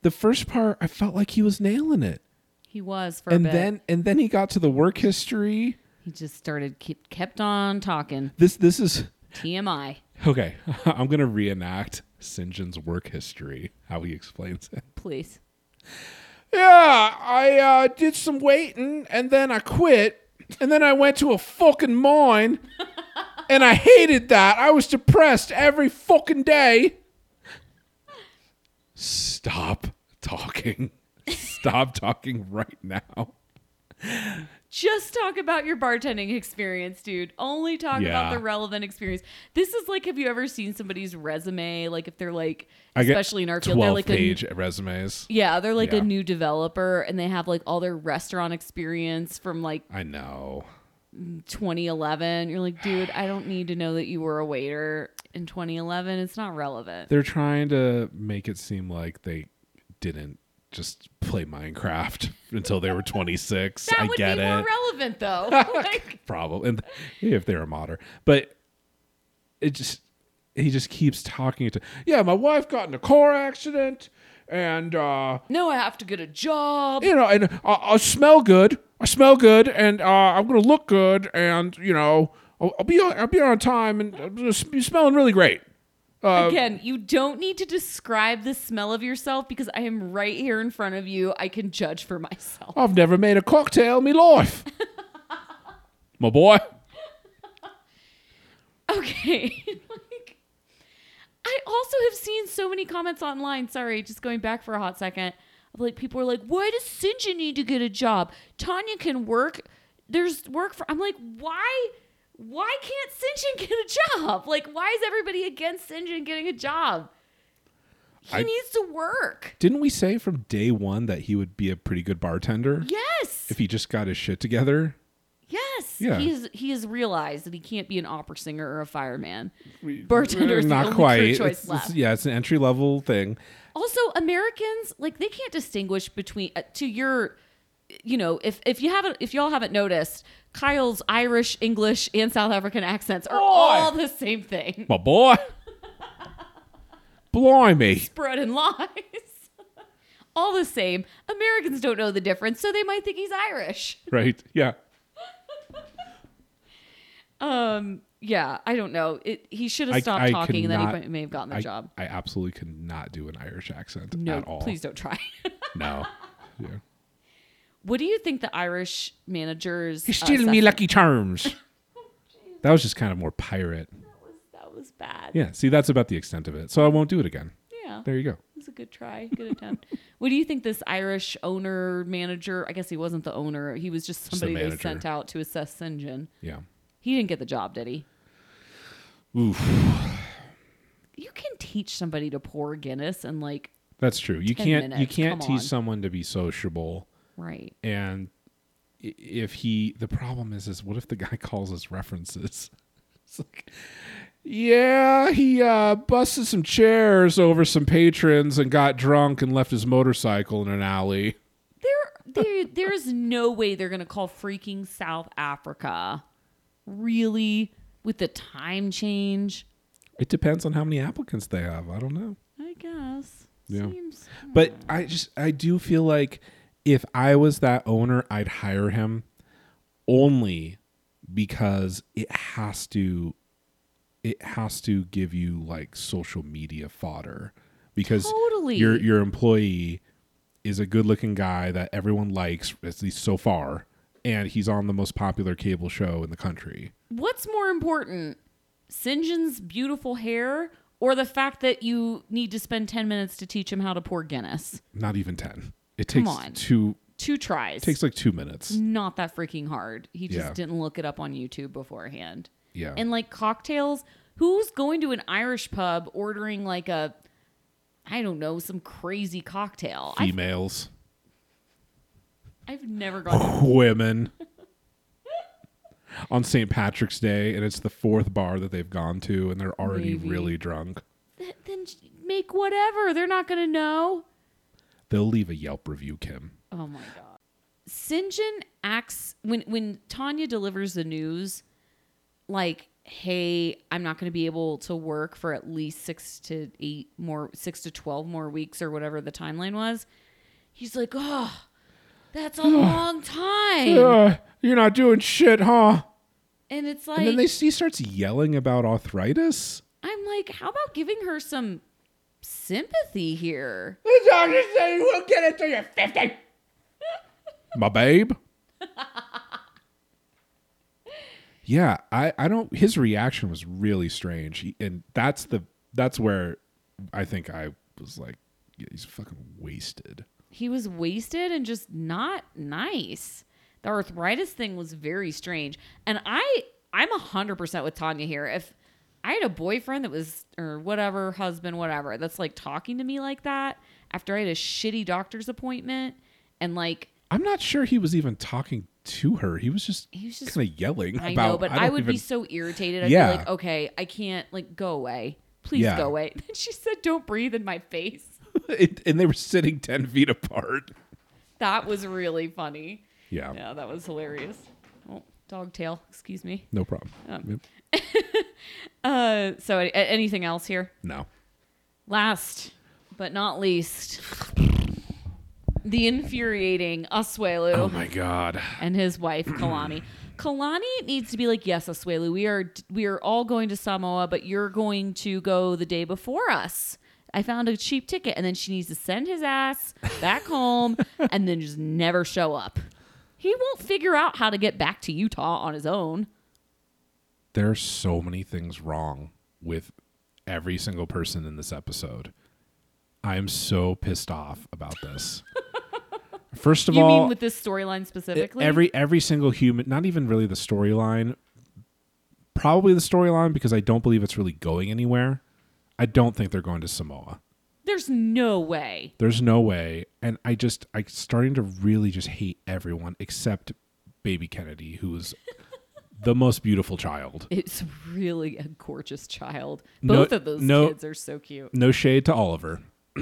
Speaker 2: the first part I felt like he was nailing it.
Speaker 1: He was for
Speaker 2: and
Speaker 1: a bit.
Speaker 2: then and then he got to the work history.
Speaker 1: he just started keep, kept on talking.
Speaker 2: This this is
Speaker 1: TMI.
Speaker 2: okay. I'm gonna reenact Sinjin's work history, how he explains it.
Speaker 1: Please.
Speaker 2: Yeah, I uh, did some waiting and then I quit, and then I went to a fucking mine, and I hated that. I was depressed every fucking day. Stop talking. Stop talking right now.
Speaker 1: Just talk about your bartending experience, dude. Only talk about
Speaker 2: Yeah.
Speaker 1: the relevant experience. This is like, have you ever seen somebody's resume? Like, if they're like,
Speaker 2: I get
Speaker 1: especially in our field, they're
Speaker 2: Twelve
Speaker 1: like a
Speaker 2: page resumes.
Speaker 1: Yeah, they're like
Speaker 2: Yeah.
Speaker 1: a new developer and they have like all their restaurant experience from like
Speaker 2: I know.
Speaker 1: 2011. You're like, dude, I don't need to know that you were a waiter in 2011. It's not relevant.
Speaker 2: They're trying to make it seem like they didn't just play Minecraft until they were 26.
Speaker 1: That
Speaker 2: I
Speaker 1: would
Speaker 2: get
Speaker 1: be
Speaker 2: it.
Speaker 1: more relevant though. like,
Speaker 2: Problem. And if they're a modder. But it just he just keeps talking to Yeah, my wife got in a car accident and uh
Speaker 1: no, I have to get a job.
Speaker 2: you know, and I, I smell good. I smell good, and uh, I'm gonna look uh, good, and you know, I'll, I'll be on, I'll be on time, and I'm just be smelling really great.
Speaker 1: Again, you don't need to describe the smell of yourself because I am right here in front of you. I can judge for myself.
Speaker 2: I've never made a cocktail in my life. my boy.
Speaker 1: Okay. like, I also have seen so many comments online. Sorry, just going back for a hot second. Of like people are like, "Why does Sinja need to get a job? Tanya can work. There's work for." I'm like, "Why? Why can't Sinjin get a job? Like, why is everybody against Sinjin getting a job? He
Speaker 2: I-
Speaker 1: needs to work.
Speaker 2: Didn't we say from day one that he would be a pretty good bartender
Speaker 1: Yes,
Speaker 2: if he just got his shit together?
Speaker 1: yes.
Speaker 2: Yeah.
Speaker 1: He has he has realized that he can't be an opera singer or a fireman. Bartender is
Speaker 2: uh, not
Speaker 1: the only
Speaker 2: quite.
Speaker 1: True choice
Speaker 2: It's-
Speaker 1: left.
Speaker 2: it's- yeah, it's an entry level thing.
Speaker 1: also americans like they can't distinguish between uh, to your you know if if you haven't if y'all haven't noticed kyle's irish english and south african accents are all the same thing
Speaker 2: My boy. Blimey.
Speaker 1: spread and lies all the same americans don't know the difference so they might think he's irish
Speaker 2: Right. Yeah.
Speaker 1: um yeah i don't know it, he should
Speaker 2: I-
Speaker 1: have stopped
Speaker 2: I
Speaker 1: talking and then he
Speaker 2: cannot-
Speaker 1: might- may have gotten the
Speaker 2: I,
Speaker 1: job
Speaker 2: I absolutely could not do an Irish accent
Speaker 1: no
Speaker 2: at all.
Speaker 1: please don't try
Speaker 2: No. Yeah.
Speaker 1: what do you think the irish managers
Speaker 2: He's
Speaker 1: uh,
Speaker 2: stealing me
Speaker 1: said-
Speaker 2: lucky charms. that was just kind of more pirate.
Speaker 1: that was, that was bad
Speaker 2: Yeah. See, that's about the extent of it. So I won't do it again.
Speaker 1: yeah.
Speaker 2: There you go.
Speaker 1: It was a good try, good attempt. what do you think this Irish owner manager? I guess he wasn't the owner. He was just
Speaker 2: the
Speaker 1: somebody they
Speaker 2: manager.
Speaker 1: sent out to assess Sinjin.
Speaker 2: Yeah.
Speaker 1: He didn't get the job, did he?
Speaker 2: Oof.
Speaker 1: You can teach somebody to pour Guinness and like,
Speaker 2: That's true.
Speaker 1: 10
Speaker 2: You can't you
Speaker 1: minutes,
Speaker 2: can't
Speaker 1: come
Speaker 2: teach
Speaker 1: on.
Speaker 2: someone to be sociable
Speaker 1: right?
Speaker 2: and i- if he the problem is is what if the guy calls us references? It's like yeah, he uh, busted some chairs over some patrons and got drunk and left his motorcycle in an alley.
Speaker 1: There, there, there is no way they're gonna call freaking South Africa, really, with the time change.
Speaker 2: It depends on how many applicants they have. I don't know.
Speaker 1: I guess.
Speaker 2: Yeah.
Speaker 1: Seems
Speaker 2: But I just I do feel like if I was that owner, I'd hire him only because it has to it has to give you like social media fodder because
Speaker 1: Totally.
Speaker 2: your your employee is a good-looking guy that everyone likes at least so far and he's on the most popular cable show in the country.
Speaker 1: What's more important, Sinjin's beautiful hair or the fact that you need to spend 10 minutes to teach him how to pour Guinness?
Speaker 2: Not even 10. It
Speaker 1: Come
Speaker 2: takes
Speaker 1: on.
Speaker 2: two
Speaker 1: Two tries.
Speaker 2: takes like 2 minutes.
Speaker 1: Not that freaking hard. He just
Speaker 2: Yeah.
Speaker 1: didn't look it up on YouTube beforehand.
Speaker 2: Yeah.
Speaker 1: And like cocktails, who's going to an Irish pub ordering like a, I don't know, some crazy cocktail? I've,
Speaker 2: Females,
Speaker 1: I've never gone. to-
Speaker 2: women on St. Patrick's Day, and it's the fourth bar that they've gone to, and they're already
Speaker 1: Maybe.
Speaker 2: really drunk.
Speaker 1: Th- then j- make whatever. They're not going to know.
Speaker 2: They'll leave a Yelp review, Kim.
Speaker 1: Oh my god. Sinjin acts when when Tanya delivers the news like, "Hey, I'm not going to be able to work for at least 6 to 8 more 6 to 12 more weeks or whatever the timeline was." He's like, "Oh, that's a long time."
Speaker 2: Uh, you're not doing shit, huh?
Speaker 1: And it's like
Speaker 2: And then they, he starts yelling about arthritis.
Speaker 1: I'm like, "How about giving her some sympathy here?"
Speaker 3: The doctor said you won't get it till you're 50.
Speaker 2: My babe. yeah, I, I don't. His reaction was really strange, He- and that's the that's where I think I was like, yeah, he's fucking wasted.
Speaker 1: he was wasted and just not nice. The arthritis thing was very strange. And I I'm 100% with Tanya here. If I had a boyfriend that was or whatever, husband, whatever, that's like talking to me like that after I had a shitty doctor's appointment and like
Speaker 2: I'm not sure he was even talking to her. He was just he
Speaker 1: was just-
Speaker 2: kind of yelling
Speaker 1: I
Speaker 2: about.
Speaker 1: know, but
Speaker 2: don't
Speaker 1: I, would
Speaker 2: even,
Speaker 1: be so irritated. I'd
Speaker 2: Yeah.
Speaker 1: be like, okay, I can't like go away. Please
Speaker 2: Yeah.
Speaker 1: go away. Then she said, "Don't breathe in my face."
Speaker 2: It- and they were sitting ten feet apart.
Speaker 1: That was really funny.
Speaker 2: Yeah,
Speaker 1: Yeah, that was hilarious. Oh, dog tail. Excuse me.
Speaker 2: no problem. Yep.
Speaker 1: Uh, so a- a- anything else here?
Speaker 2: No,
Speaker 1: Last but not least, the infuriating
Speaker 2: oh
Speaker 1: Oswelu Oh
Speaker 2: my god,
Speaker 1: and his wife Kalani. Kalani needs to be like, yes, Asuelu, we are we are all going to Samoa, but you're going to go the day before us. I found a cheap ticket, and then she needs to send his ass back home, and then just never show up. He won't figure out how to get back to Utah on his own.
Speaker 2: There are so many things wrong with every single person in this episode. I am so pissed off about this. First of
Speaker 1: you
Speaker 2: all,
Speaker 1: mean with this storyline specifically?
Speaker 2: e-, Every every single human, not even really the storyline, probably the storyline because I don't believe it's really going anywhere. I don't think they're going to Samoa.
Speaker 1: There's no way.
Speaker 2: There's no way, and I just I starting to really just hate everyone except Baby Kennedy, who's the most beautiful child.
Speaker 1: It's really a gorgeous child.
Speaker 2: No-
Speaker 1: Both of those
Speaker 2: no-
Speaker 1: kids are so cute.
Speaker 2: No shade to Oliver.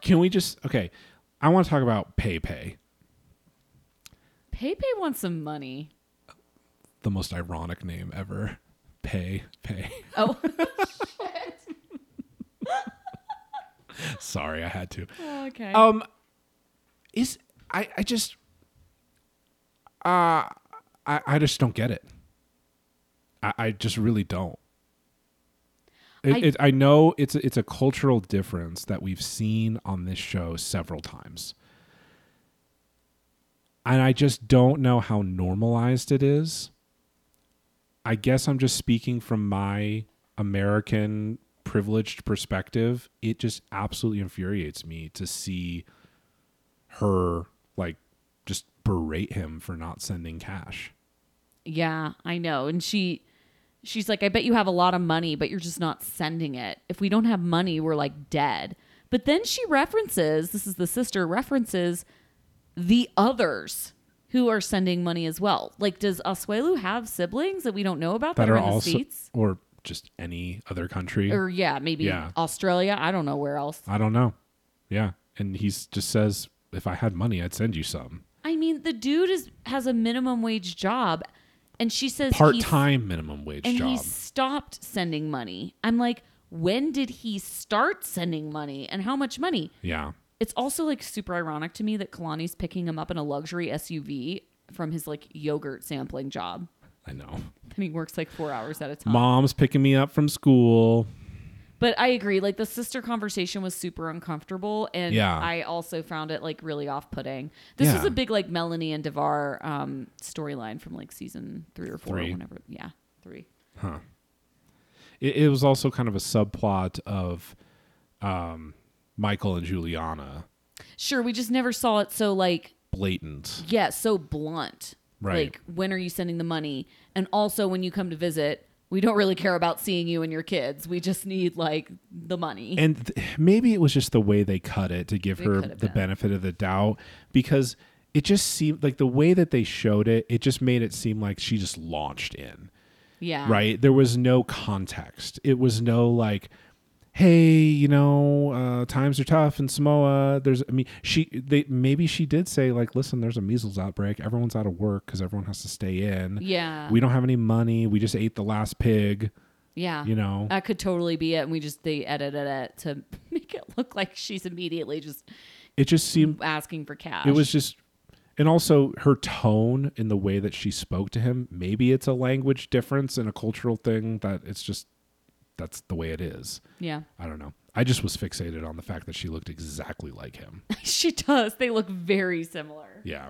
Speaker 2: Can we just okay? I want to talk about Pei Pei,
Speaker 1: Pepe wants some money.
Speaker 2: the most ironic name ever. Pei Pei.
Speaker 1: Oh,
Speaker 2: Sorry, I had to.
Speaker 1: Oh, okay.
Speaker 2: Um, is I I just uh I I just don't get it. I I just really don't. It, I,
Speaker 1: I-
Speaker 2: it, I know it's a, it's a cultural difference that we've seen on this show several times, and I just don't know how normalized it is. I guess I'm just speaking from my American privileged perspective. It just absolutely infuriates me to see her like just berate him for not sending cash.
Speaker 1: Yeah, I know. And she she's like, I bet you have a lot of money, but you're just not sending it. If we don't have money, we're like dead. But then she references, this is the sister references the others who are sending money as well. Like, does Oswelu have siblings that we don't know about that,
Speaker 2: That
Speaker 1: are,
Speaker 2: are
Speaker 1: in the
Speaker 2: also
Speaker 1: seats?
Speaker 2: or just any other country.
Speaker 1: Or yeah, maybe
Speaker 2: Yeah.
Speaker 1: Australia. I don't know where else.
Speaker 2: I don't know. Yeah, and he's just says if I had money, I'd send you some.
Speaker 1: I mean, the dude is has a minimum wage job, and she says he's-
Speaker 2: Part time minimum wage
Speaker 1: and he
Speaker 2: job.
Speaker 1: stopped sending money. I'm like, when did he start sending money and how much money?
Speaker 2: Yeah.
Speaker 1: It's also like super ironic to me that Kalani's picking him up in a luxury SUV from his like yogurt sampling job.
Speaker 2: I know.
Speaker 1: And he works like four hours at a time.
Speaker 2: Mom's picking me up from school.
Speaker 1: But I agree, like the sister conversation was super uncomfortable. And
Speaker 2: Yeah.
Speaker 1: I also found it like really off putting. This was
Speaker 2: Yeah.
Speaker 1: a big like Melanie and DeVar um, storyline from like season three or four,
Speaker 2: Three.
Speaker 1: whenever. Yeah, three.
Speaker 2: it, it was also kind of a subplot of um, Michael and Juliana
Speaker 1: Sure, we just never saw it so like
Speaker 2: blatant.
Speaker 1: yeah, so blunt.
Speaker 2: Right.
Speaker 1: Like, when are you sending the money? And also, when you come to visit, we don't really care about seeing you and your kids. We just need like the money.
Speaker 2: And th- maybe it was just the way they cut it to give
Speaker 1: It
Speaker 2: her
Speaker 1: could have
Speaker 2: the
Speaker 1: been.
Speaker 2: benefit of the doubt because it just seemed like the way that they showed it, it just made it seem like she just launched in.
Speaker 1: yeah.
Speaker 2: right? There was no context. It was no like, hey, you know, uh, times are tough in Samoa. There's, I mean, she, they, maybe she did say like, listen, there's a measles outbreak. Everyone's out of work because everyone has to stay in.
Speaker 1: Yeah.
Speaker 2: We don't have any money. We just ate the last pig.
Speaker 1: yeah. Uh,
Speaker 2: you know.
Speaker 1: that could totally be it. And we just they edited it to make it look like she's immediately just
Speaker 2: It just seemed,
Speaker 1: asking for cash.
Speaker 2: it was just, and also her tone in the way that she spoke to him. Maybe it's a language difference and a cultural thing that it's just, that's the way it is.
Speaker 1: yeah.
Speaker 2: I don't know. I just was fixated on the fact that she looked exactly like him.
Speaker 1: she does. They look very similar.
Speaker 2: Yeah.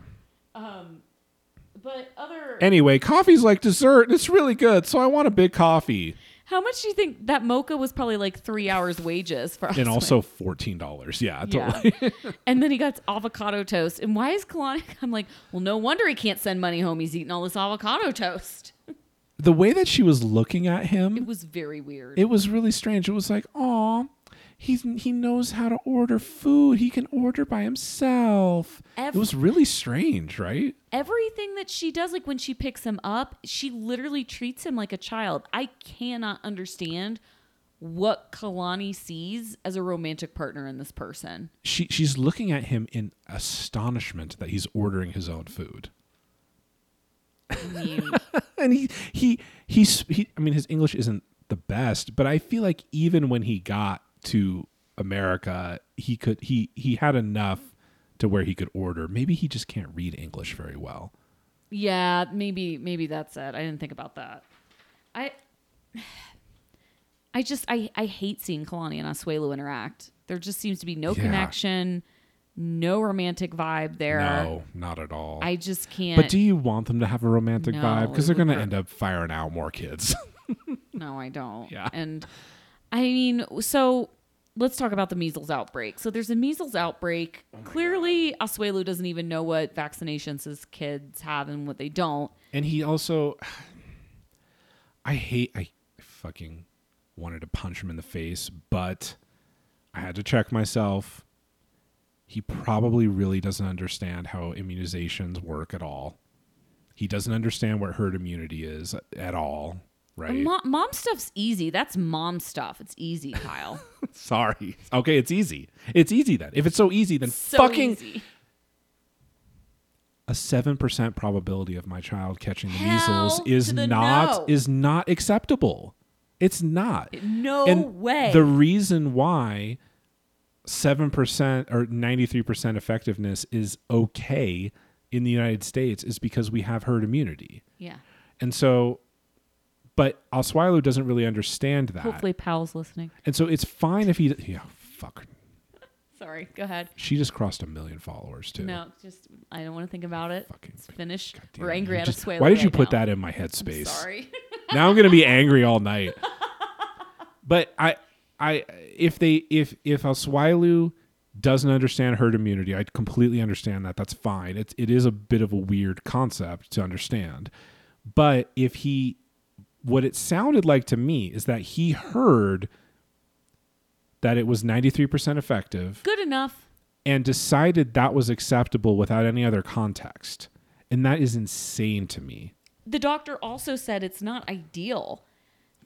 Speaker 1: But other
Speaker 2: Anyway, coffee's like dessert and it's really good, so I want a big coffee.
Speaker 1: how much do you think that mocha was probably like three hours wages for us?
Speaker 2: And also fourteen dollars. Yeah,
Speaker 1: Yeah.
Speaker 2: totally.
Speaker 1: and then he got avocado toast. And why is Kalani? I'm like, well, no wonder he can't send money home. He's eating all this avocado toast.
Speaker 2: The way that she was looking at
Speaker 1: It
Speaker 2: him,
Speaker 1: was very weird.
Speaker 2: it was really strange. It was like, aw, he's he knows how to order food. He can order by himself.
Speaker 1: Ev-
Speaker 2: it was really strange, right?
Speaker 1: Everything that she does, like when she picks him up, she literally treats him like a child. I cannot understand what Kalani sees as a romantic partner in this person.
Speaker 2: She she's looking at him in astonishment that he's ordering his own food.
Speaker 1: I mean,
Speaker 2: and he he he's he, i mean his english isn't the best but i feel like even when he got to america he could he he had enough to where he could order maybe he just can't read english very well
Speaker 1: Yeah, maybe maybe that's it. I didn't think about that. I I just I I hate seeing Kalani and Asuelu interact. There just seems to be no
Speaker 2: Yeah.
Speaker 1: connection, no romantic vibe there.
Speaker 2: No, not at all.
Speaker 1: I just can't.
Speaker 2: but do you want them to have a romantic
Speaker 1: No,
Speaker 2: vibe?
Speaker 1: it
Speaker 2: Because they're
Speaker 1: would
Speaker 2: going to
Speaker 1: hurt.
Speaker 2: end up firing out more kids.
Speaker 1: No, I don't.
Speaker 2: Yeah.
Speaker 1: And I mean, so let's talk about the measles outbreak. So there's a measles outbreak.
Speaker 2: Oh
Speaker 1: Clearly, Asuelu doesn't even know what vaccinations his kids have and what they don't.
Speaker 2: and he also, I hate. I fucking wanted to punch him in the face, but I had to check myself. He probably really doesn't understand how immunizations work at all. He doesn't understand what herd immunity is at all. Right?
Speaker 1: Mom, mom stuff's easy. That's mom stuff. It's easy, Kyle.
Speaker 2: Sorry. Okay, it's easy. It's easy then. If it's so easy, then
Speaker 1: so
Speaker 2: fucking
Speaker 1: easy.
Speaker 2: a seven percent probability of my child catching the
Speaker 1: Hell
Speaker 2: measles is
Speaker 1: to the no.
Speaker 2: not is not acceptable. It's not.
Speaker 1: No
Speaker 2: and
Speaker 1: way.
Speaker 2: The reason why seven percent or ninety three percent effectiveness is okay in the United States is because we have herd immunity.
Speaker 1: yeah.
Speaker 2: And so but Osweiler doesn't really understand that.
Speaker 1: Hopefully, Powell's listening.
Speaker 2: And so it's fine if he yeah, fuck.
Speaker 1: Sorry. Go ahead.
Speaker 2: She just crossed a million followers too.
Speaker 1: No, just I don't want to think about it.
Speaker 2: Fucking
Speaker 1: It's finished.
Speaker 2: God damn
Speaker 1: We're
Speaker 2: it.
Speaker 1: angry
Speaker 2: You
Speaker 1: at
Speaker 2: just-
Speaker 1: Asuelu.
Speaker 2: Why did you
Speaker 1: right
Speaker 2: put
Speaker 1: now.
Speaker 2: that in my headspace?
Speaker 1: Sorry.
Speaker 2: now I'm gonna be angry all night. But I, I, if they, if if Osweilu doesn't understand herd immunity, I completely understand that. That's fine. It's it is a bit of a weird concept to understand. But if he, what it sounded like to me is that he heard that it was 93% effective
Speaker 1: Good enough.
Speaker 2: and decided that was acceptable without any other context. And that is insane to me.
Speaker 1: the doctor also said it's not ideal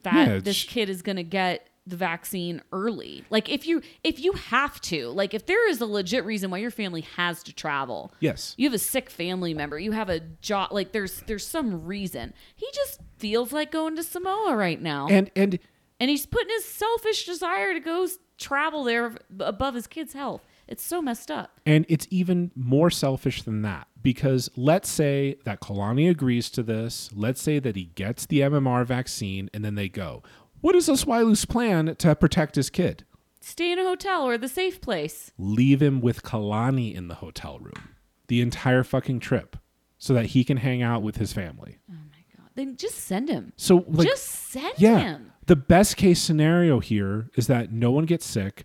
Speaker 1: that
Speaker 2: Yeah,
Speaker 1: this
Speaker 2: it's-
Speaker 1: kid is going to get the vaccine early. Like if you if you have to, like if there is a legit reason why your family has to travel.
Speaker 2: Yes.
Speaker 1: You have a sick family member, you have a job like there's there's some reason. He just feels like going to Samoa right now. And,
Speaker 2: And and
Speaker 1: he's putting his selfish desire to go s- travel there above his kid's health. It's so messed up.
Speaker 2: And it's even more selfish than that because let's say that Kalani agrees to this. Let's say that he gets the MMR vaccine and then they go. What is Osweilu's plan to protect his kid?
Speaker 1: Stay in a hotel or the safe place.
Speaker 2: Leave him with Kalani in the hotel room the entire fucking trip so that he can hang out with his family.
Speaker 1: Oh my god. Then just send him.
Speaker 2: So, like,
Speaker 1: just send
Speaker 2: yeah,
Speaker 1: him.
Speaker 2: the best case scenario here is that no one gets sick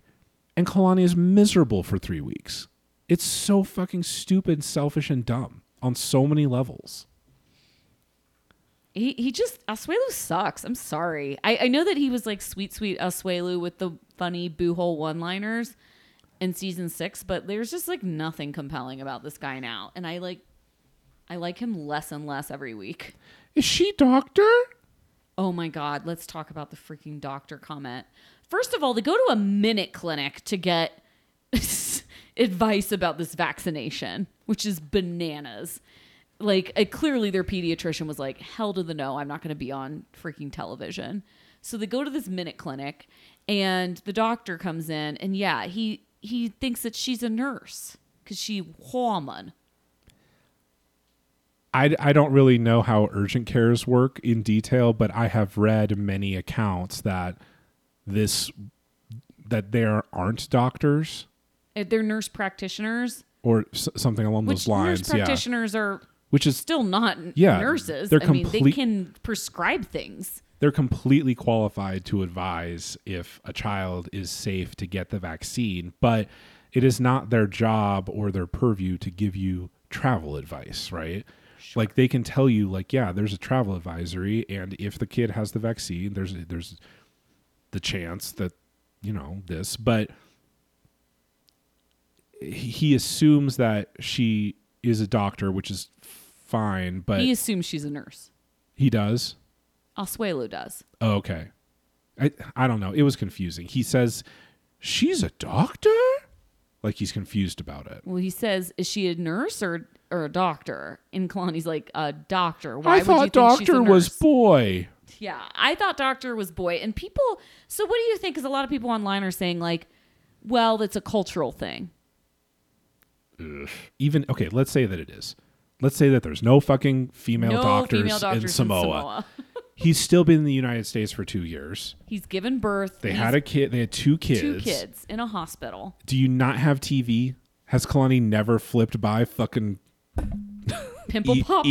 Speaker 2: and Kalani is miserable for three weeks. It's so fucking stupid, selfish, and dumb on so many levels.
Speaker 1: He he just Asuelu sucks. I'm sorry. I, I know that he was like sweet sweet Asuelu with the funny boohole one liners in season six, but there's just like nothing compelling about this guy now. And I like I like him less and less every week.
Speaker 2: Is she doctor?
Speaker 1: Oh my god, let's talk about the freaking doctor comment. First of all, they go to a minute clinic to get advice about this vaccination, which is bananas. Like, uh, clearly their pediatrician was like, "Hell to the no, I'm not going to be on freaking television." So they go to this minute clinic, and the doctor comes in, and yeah, he he thinks that she's a nurse because she woman.
Speaker 2: I, I don't really know how urgent cares work in detail, but I have read many accounts that this that there aren't doctors
Speaker 1: Uh, They're nurse practitioners,
Speaker 2: or s- something along
Speaker 1: which
Speaker 2: those lines.
Speaker 1: nurse
Speaker 2: Yeah,
Speaker 1: practitioners are
Speaker 2: which is
Speaker 1: still not
Speaker 2: Yeah,
Speaker 1: nurses.
Speaker 2: they're
Speaker 1: I mean, they
Speaker 2: complete-
Speaker 1: can prescribe things.
Speaker 2: they're completely qualified to advise if a child is safe to get the vaccine, but it is not their job or their purview to give you travel advice, right? Like they can tell you like yeah, there's a travel advisory and if the kid has the vaccine, there's there's the chance that you know this, but he- he assumes that she is a doctor, which is fine, but
Speaker 1: he assumes she's a nurse.
Speaker 2: he does.
Speaker 1: Asuelo does.
Speaker 2: Oh, okay. I I don't know. It was confusing. He says she's a doctor? Like he's confused about it.
Speaker 1: Well, he says, "Is she a nurse or or a doctor?" And Kalani's like, "A doctor." Why
Speaker 2: I
Speaker 1: would you
Speaker 2: thought
Speaker 1: think she's a
Speaker 2: doctor was
Speaker 1: nurse?"
Speaker 2: boy.
Speaker 1: Yeah, I thought doctor was boy. And people, so what do you think? Because a lot of people online are saying like, "Well, it's a cultural thing."
Speaker 2: Even okay, let's say that it is.
Speaker 4: Let's say that there's no fucking female
Speaker 1: no
Speaker 4: doctors,
Speaker 1: female doctors
Speaker 4: in Samoa.
Speaker 1: In Samoa.
Speaker 4: He's still been in the United States for two years.
Speaker 1: He's given birth.
Speaker 4: They had a kid. They had two kids.
Speaker 1: two kids in a hospital.
Speaker 2: E-
Speaker 4: Do you not have TV? Has Kalani never flipped by fucking
Speaker 1: Pimple
Speaker 4: E-
Speaker 1: popper.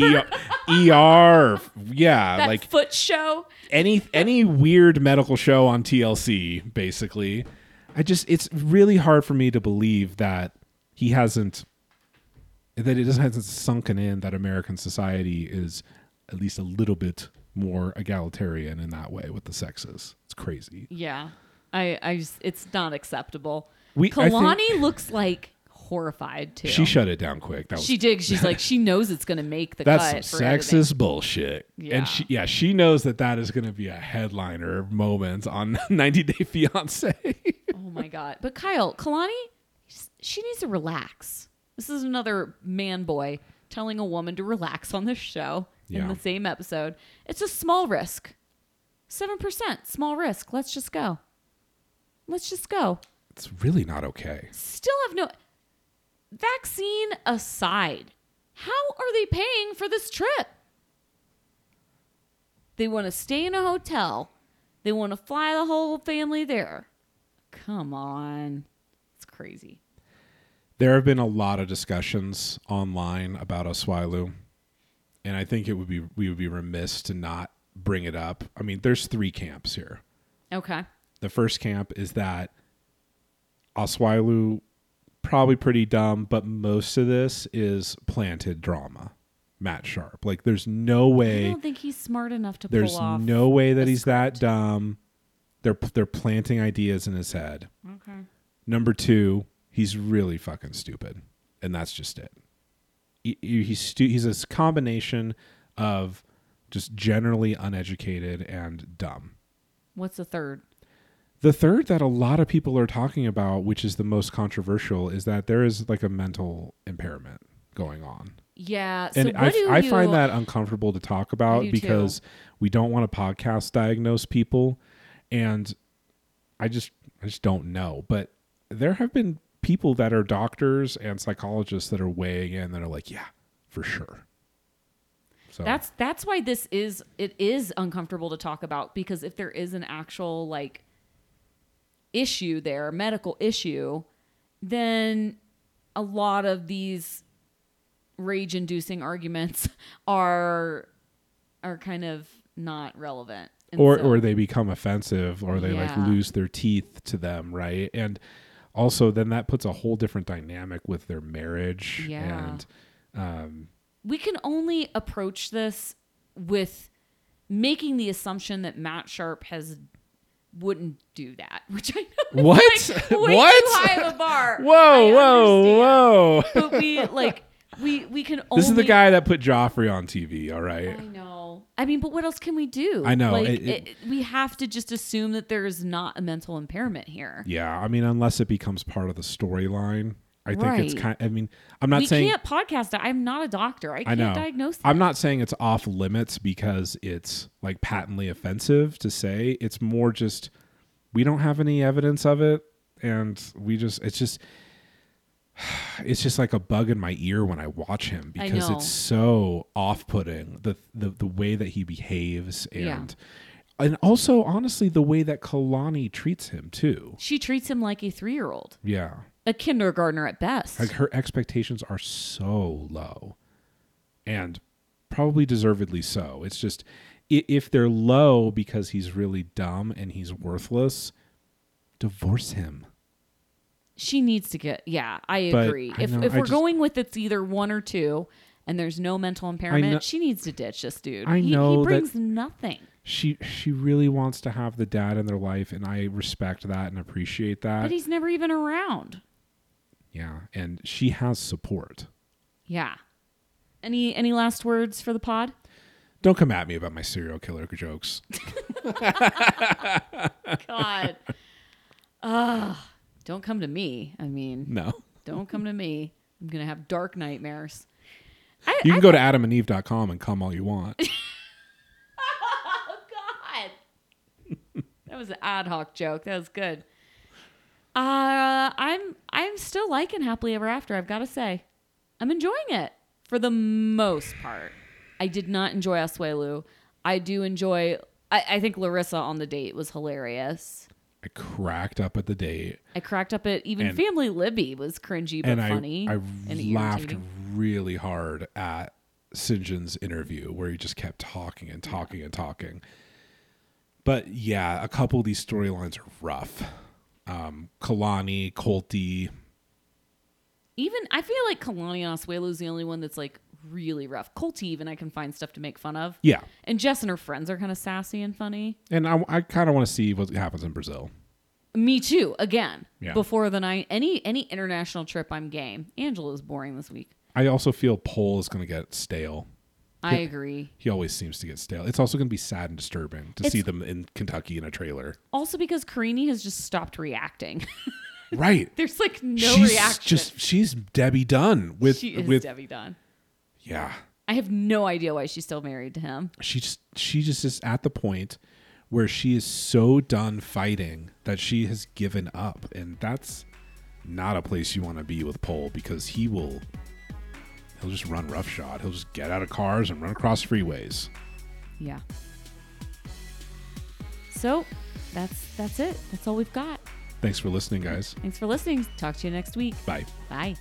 Speaker 4: E- ER? Yeah,
Speaker 1: that
Speaker 4: like
Speaker 1: foot show.
Speaker 4: any any weird medical show on TLC basically. I just it's really hard for me to believe that he hasn't that it just hasn't sunken in that American society is at least a little bit more egalitarian in that way with the sexes. It's crazy.
Speaker 1: Yeah, I, I just, it's not acceptable.
Speaker 4: We- I think-
Speaker 1: Kalani looks like horrified too.
Speaker 4: She shut it down quick. That was
Speaker 1: she did. She's like, she knows it's gonna make the
Speaker 4: that's
Speaker 1: cut.
Speaker 4: some
Speaker 1: for
Speaker 4: sexist
Speaker 1: editing.
Speaker 4: bullshit.
Speaker 1: Yeah.
Speaker 4: And she yeah, she knows that that is going to be a headliner moment on 90 Day Fiancé.
Speaker 1: Oh my god! But Kyle, Kalani, she needs to relax. This is another man boy telling a woman to relax on this show in
Speaker 4: Yeah.
Speaker 1: the same episode. It's a small risk, seven percent small risk. Let's just go. Let's just go.
Speaker 4: it's really not okay.
Speaker 1: Still have no vaccine aside. How are they paying for this trip? They want to stay in a hotel. They want to fly the whole family there. Come on. It's crazy.
Speaker 4: There have been a lot of discussions online about Osweilu, and I think it would be we would be remiss to not bring it up. I mean, there's three camps here.
Speaker 1: Okay.
Speaker 4: The first camp is that Osweilu probably pretty dumb, but most of this is planted drama. Matt Sharp, like there's no
Speaker 1: I
Speaker 4: way
Speaker 1: don't think he's smart enough to
Speaker 4: There's
Speaker 1: pull off.
Speaker 4: no way that
Speaker 1: a
Speaker 4: he's that dumb. They're they're planting ideas in his head.
Speaker 1: okay.
Speaker 4: Number two, he's really fucking stupid, and that's just it. He- he- he's stu- he's a combination of just generally uneducated and dumb.
Speaker 1: What's the third?
Speaker 4: The third that a lot of people are talking about, which is the most controversial, is that there is like a mental impairment going on.
Speaker 1: Yeah. So
Speaker 4: and
Speaker 1: what
Speaker 4: I,
Speaker 1: do
Speaker 4: I
Speaker 1: you,
Speaker 4: find that uncomfortable to talk
Speaker 1: I
Speaker 4: about
Speaker 1: do
Speaker 4: because we don't want to podcast diagnose people and i just i just don't know but there have been people that are doctors and psychologists that are weighing in that are like yeah for sure so
Speaker 1: That's that's why this is it is uncomfortable to talk about because if there is an actual like issue there, medical issue, then a lot of these rage inducing arguments are are kind of not relevant. And
Speaker 4: or
Speaker 1: so-
Speaker 4: or they become offensive or they
Speaker 1: Yeah.
Speaker 4: like lose their teeth to them right and also then that puts a whole different dynamic with their marriage
Speaker 1: Yeah.
Speaker 4: and um,
Speaker 1: we can only approach this with making the assumption that Matt Sharp has wouldn't do that, which I know is,
Speaker 4: What?
Speaker 1: like, way
Speaker 4: What?
Speaker 1: too high of a bar.
Speaker 4: whoa
Speaker 1: I
Speaker 4: whoa
Speaker 1: understand.
Speaker 4: whoa
Speaker 1: But we like we we can only
Speaker 4: this is the guy that put joffrey on tv all right
Speaker 1: I know. I mean, but what else can we do?
Speaker 4: I know,
Speaker 1: Like,
Speaker 4: it- it-
Speaker 1: it- we have to just assume that there is not a mental impairment here.
Speaker 4: Yeah, I mean, unless it becomes part of the storyline, I think it's
Speaker 1: Right.
Speaker 4: kind. I mean, I'm not
Speaker 1: we
Speaker 4: saying
Speaker 1: can't podcast. it. I'm not a doctor. I
Speaker 4: I
Speaker 1: can't
Speaker 4: know.
Speaker 1: diagnose.
Speaker 4: I'm not saying it's off limits because it's like patently offensive to say. It's more just we don't have any evidence of it, and we just it's just it's just like a bug in my ear when I watch him
Speaker 1: I
Speaker 4: because
Speaker 1: know.
Speaker 4: it's so off-putting the the the way that he behaves and.
Speaker 1: Yeah.
Speaker 4: And also, honestly, the way that Kalani treats him too.
Speaker 1: She treats him like a three year old,
Speaker 4: Yeah.
Speaker 1: a kindergartner at best.
Speaker 4: Like her expectations are so low, and probably deservedly so. It's just i- if they're low because he's really dumb and he's worthless, divorce him.
Speaker 1: she needs to get yeah i
Speaker 4: But
Speaker 1: agree
Speaker 4: I
Speaker 1: if,
Speaker 4: know-
Speaker 1: if
Speaker 4: I
Speaker 1: we're
Speaker 4: just-
Speaker 1: going with it's either one or two and there's no mental impairment
Speaker 4: know-
Speaker 1: she needs to ditch this dude
Speaker 4: I
Speaker 1: He- he,
Speaker 4: know that-
Speaker 1: brings nothing
Speaker 4: She she really wants to have the dad in their life, and I respect that and appreciate that.
Speaker 1: but he's never even around
Speaker 4: yeah, and she has support.
Speaker 1: yeah any any last words for the pod
Speaker 4: Don't come at me about my serial killer jokes.
Speaker 1: god Ugh. don't come to me i mean
Speaker 4: No.
Speaker 1: don't come to me i'm gonna have dark nightmares
Speaker 4: You can go to adamandeve.com and come all you want.
Speaker 1: oh god that was an ad hoc joke that was good uh i'm i'm still liking happily ever after i've got to say i'm enjoying it for the most part, I did not enjoy Oswelu. I do enjoy. I, I think Larissa on the date was hilarious.
Speaker 4: I cracked up at the date
Speaker 1: I cracked up at even
Speaker 4: And-
Speaker 1: Family Libby was cringy but
Speaker 4: and
Speaker 1: funny.
Speaker 4: I, I
Speaker 1: and
Speaker 4: laughed
Speaker 1: irritating.
Speaker 4: really hard at St. John's interview where he just kept talking and talking and talking. But yeah, a couple of these storylines are rough. Um, Kalani, Colty,
Speaker 1: Even I feel like Kalani and Oswelu's the only one that's like really rough. Colty even I can find stuff to make fun of.
Speaker 4: yeah.
Speaker 1: And Jess and her friends are kind of sassy and funny.
Speaker 4: And I, I kind of want to see what happens in Brazil.
Speaker 1: Me too. Again,
Speaker 4: Yeah.
Speaker 1: before the night, any any international trip, I'm game. Angela's boring this week.
Speaker 4: I also feel Pole is going to get stale.
Speaker 1: I agree.
Speaker 4: He always seems to get stale. It's also going to be sad and disturbing to
Speaker 1: It's-
Speaker 4: see them in Kentucky in a trailer.
Speaker 1: Also because Karini has just stopped reacting.
Speaker 4: Right.
Speaker 1: There's like no
Speaker 4: she's
Speaker 1: reaction.
Speaker 4: just she's Debbie Dunn with
Speaker 1: she is
Speaker 4: with
Speaker 1: Debbie Dunn.
Speaker 4: yeah.
Speaker 1: I have no idea why she's still married to him.
Speaker 4: she just she just is at the point where she is so done fighting that she has given up and that's not a place you want to be with Pole because he will he'll just run roughshod. He'll just get out of cars and run across freeways.
Speaker 1: Yeah. So that's that's it. That's all we've got.
Speaker 4: Thanks for listening, guys.
Speaker 1: Thanks for listening. Talk to you next week.
Speaker 4: Bye.
Speaker 1: Bye.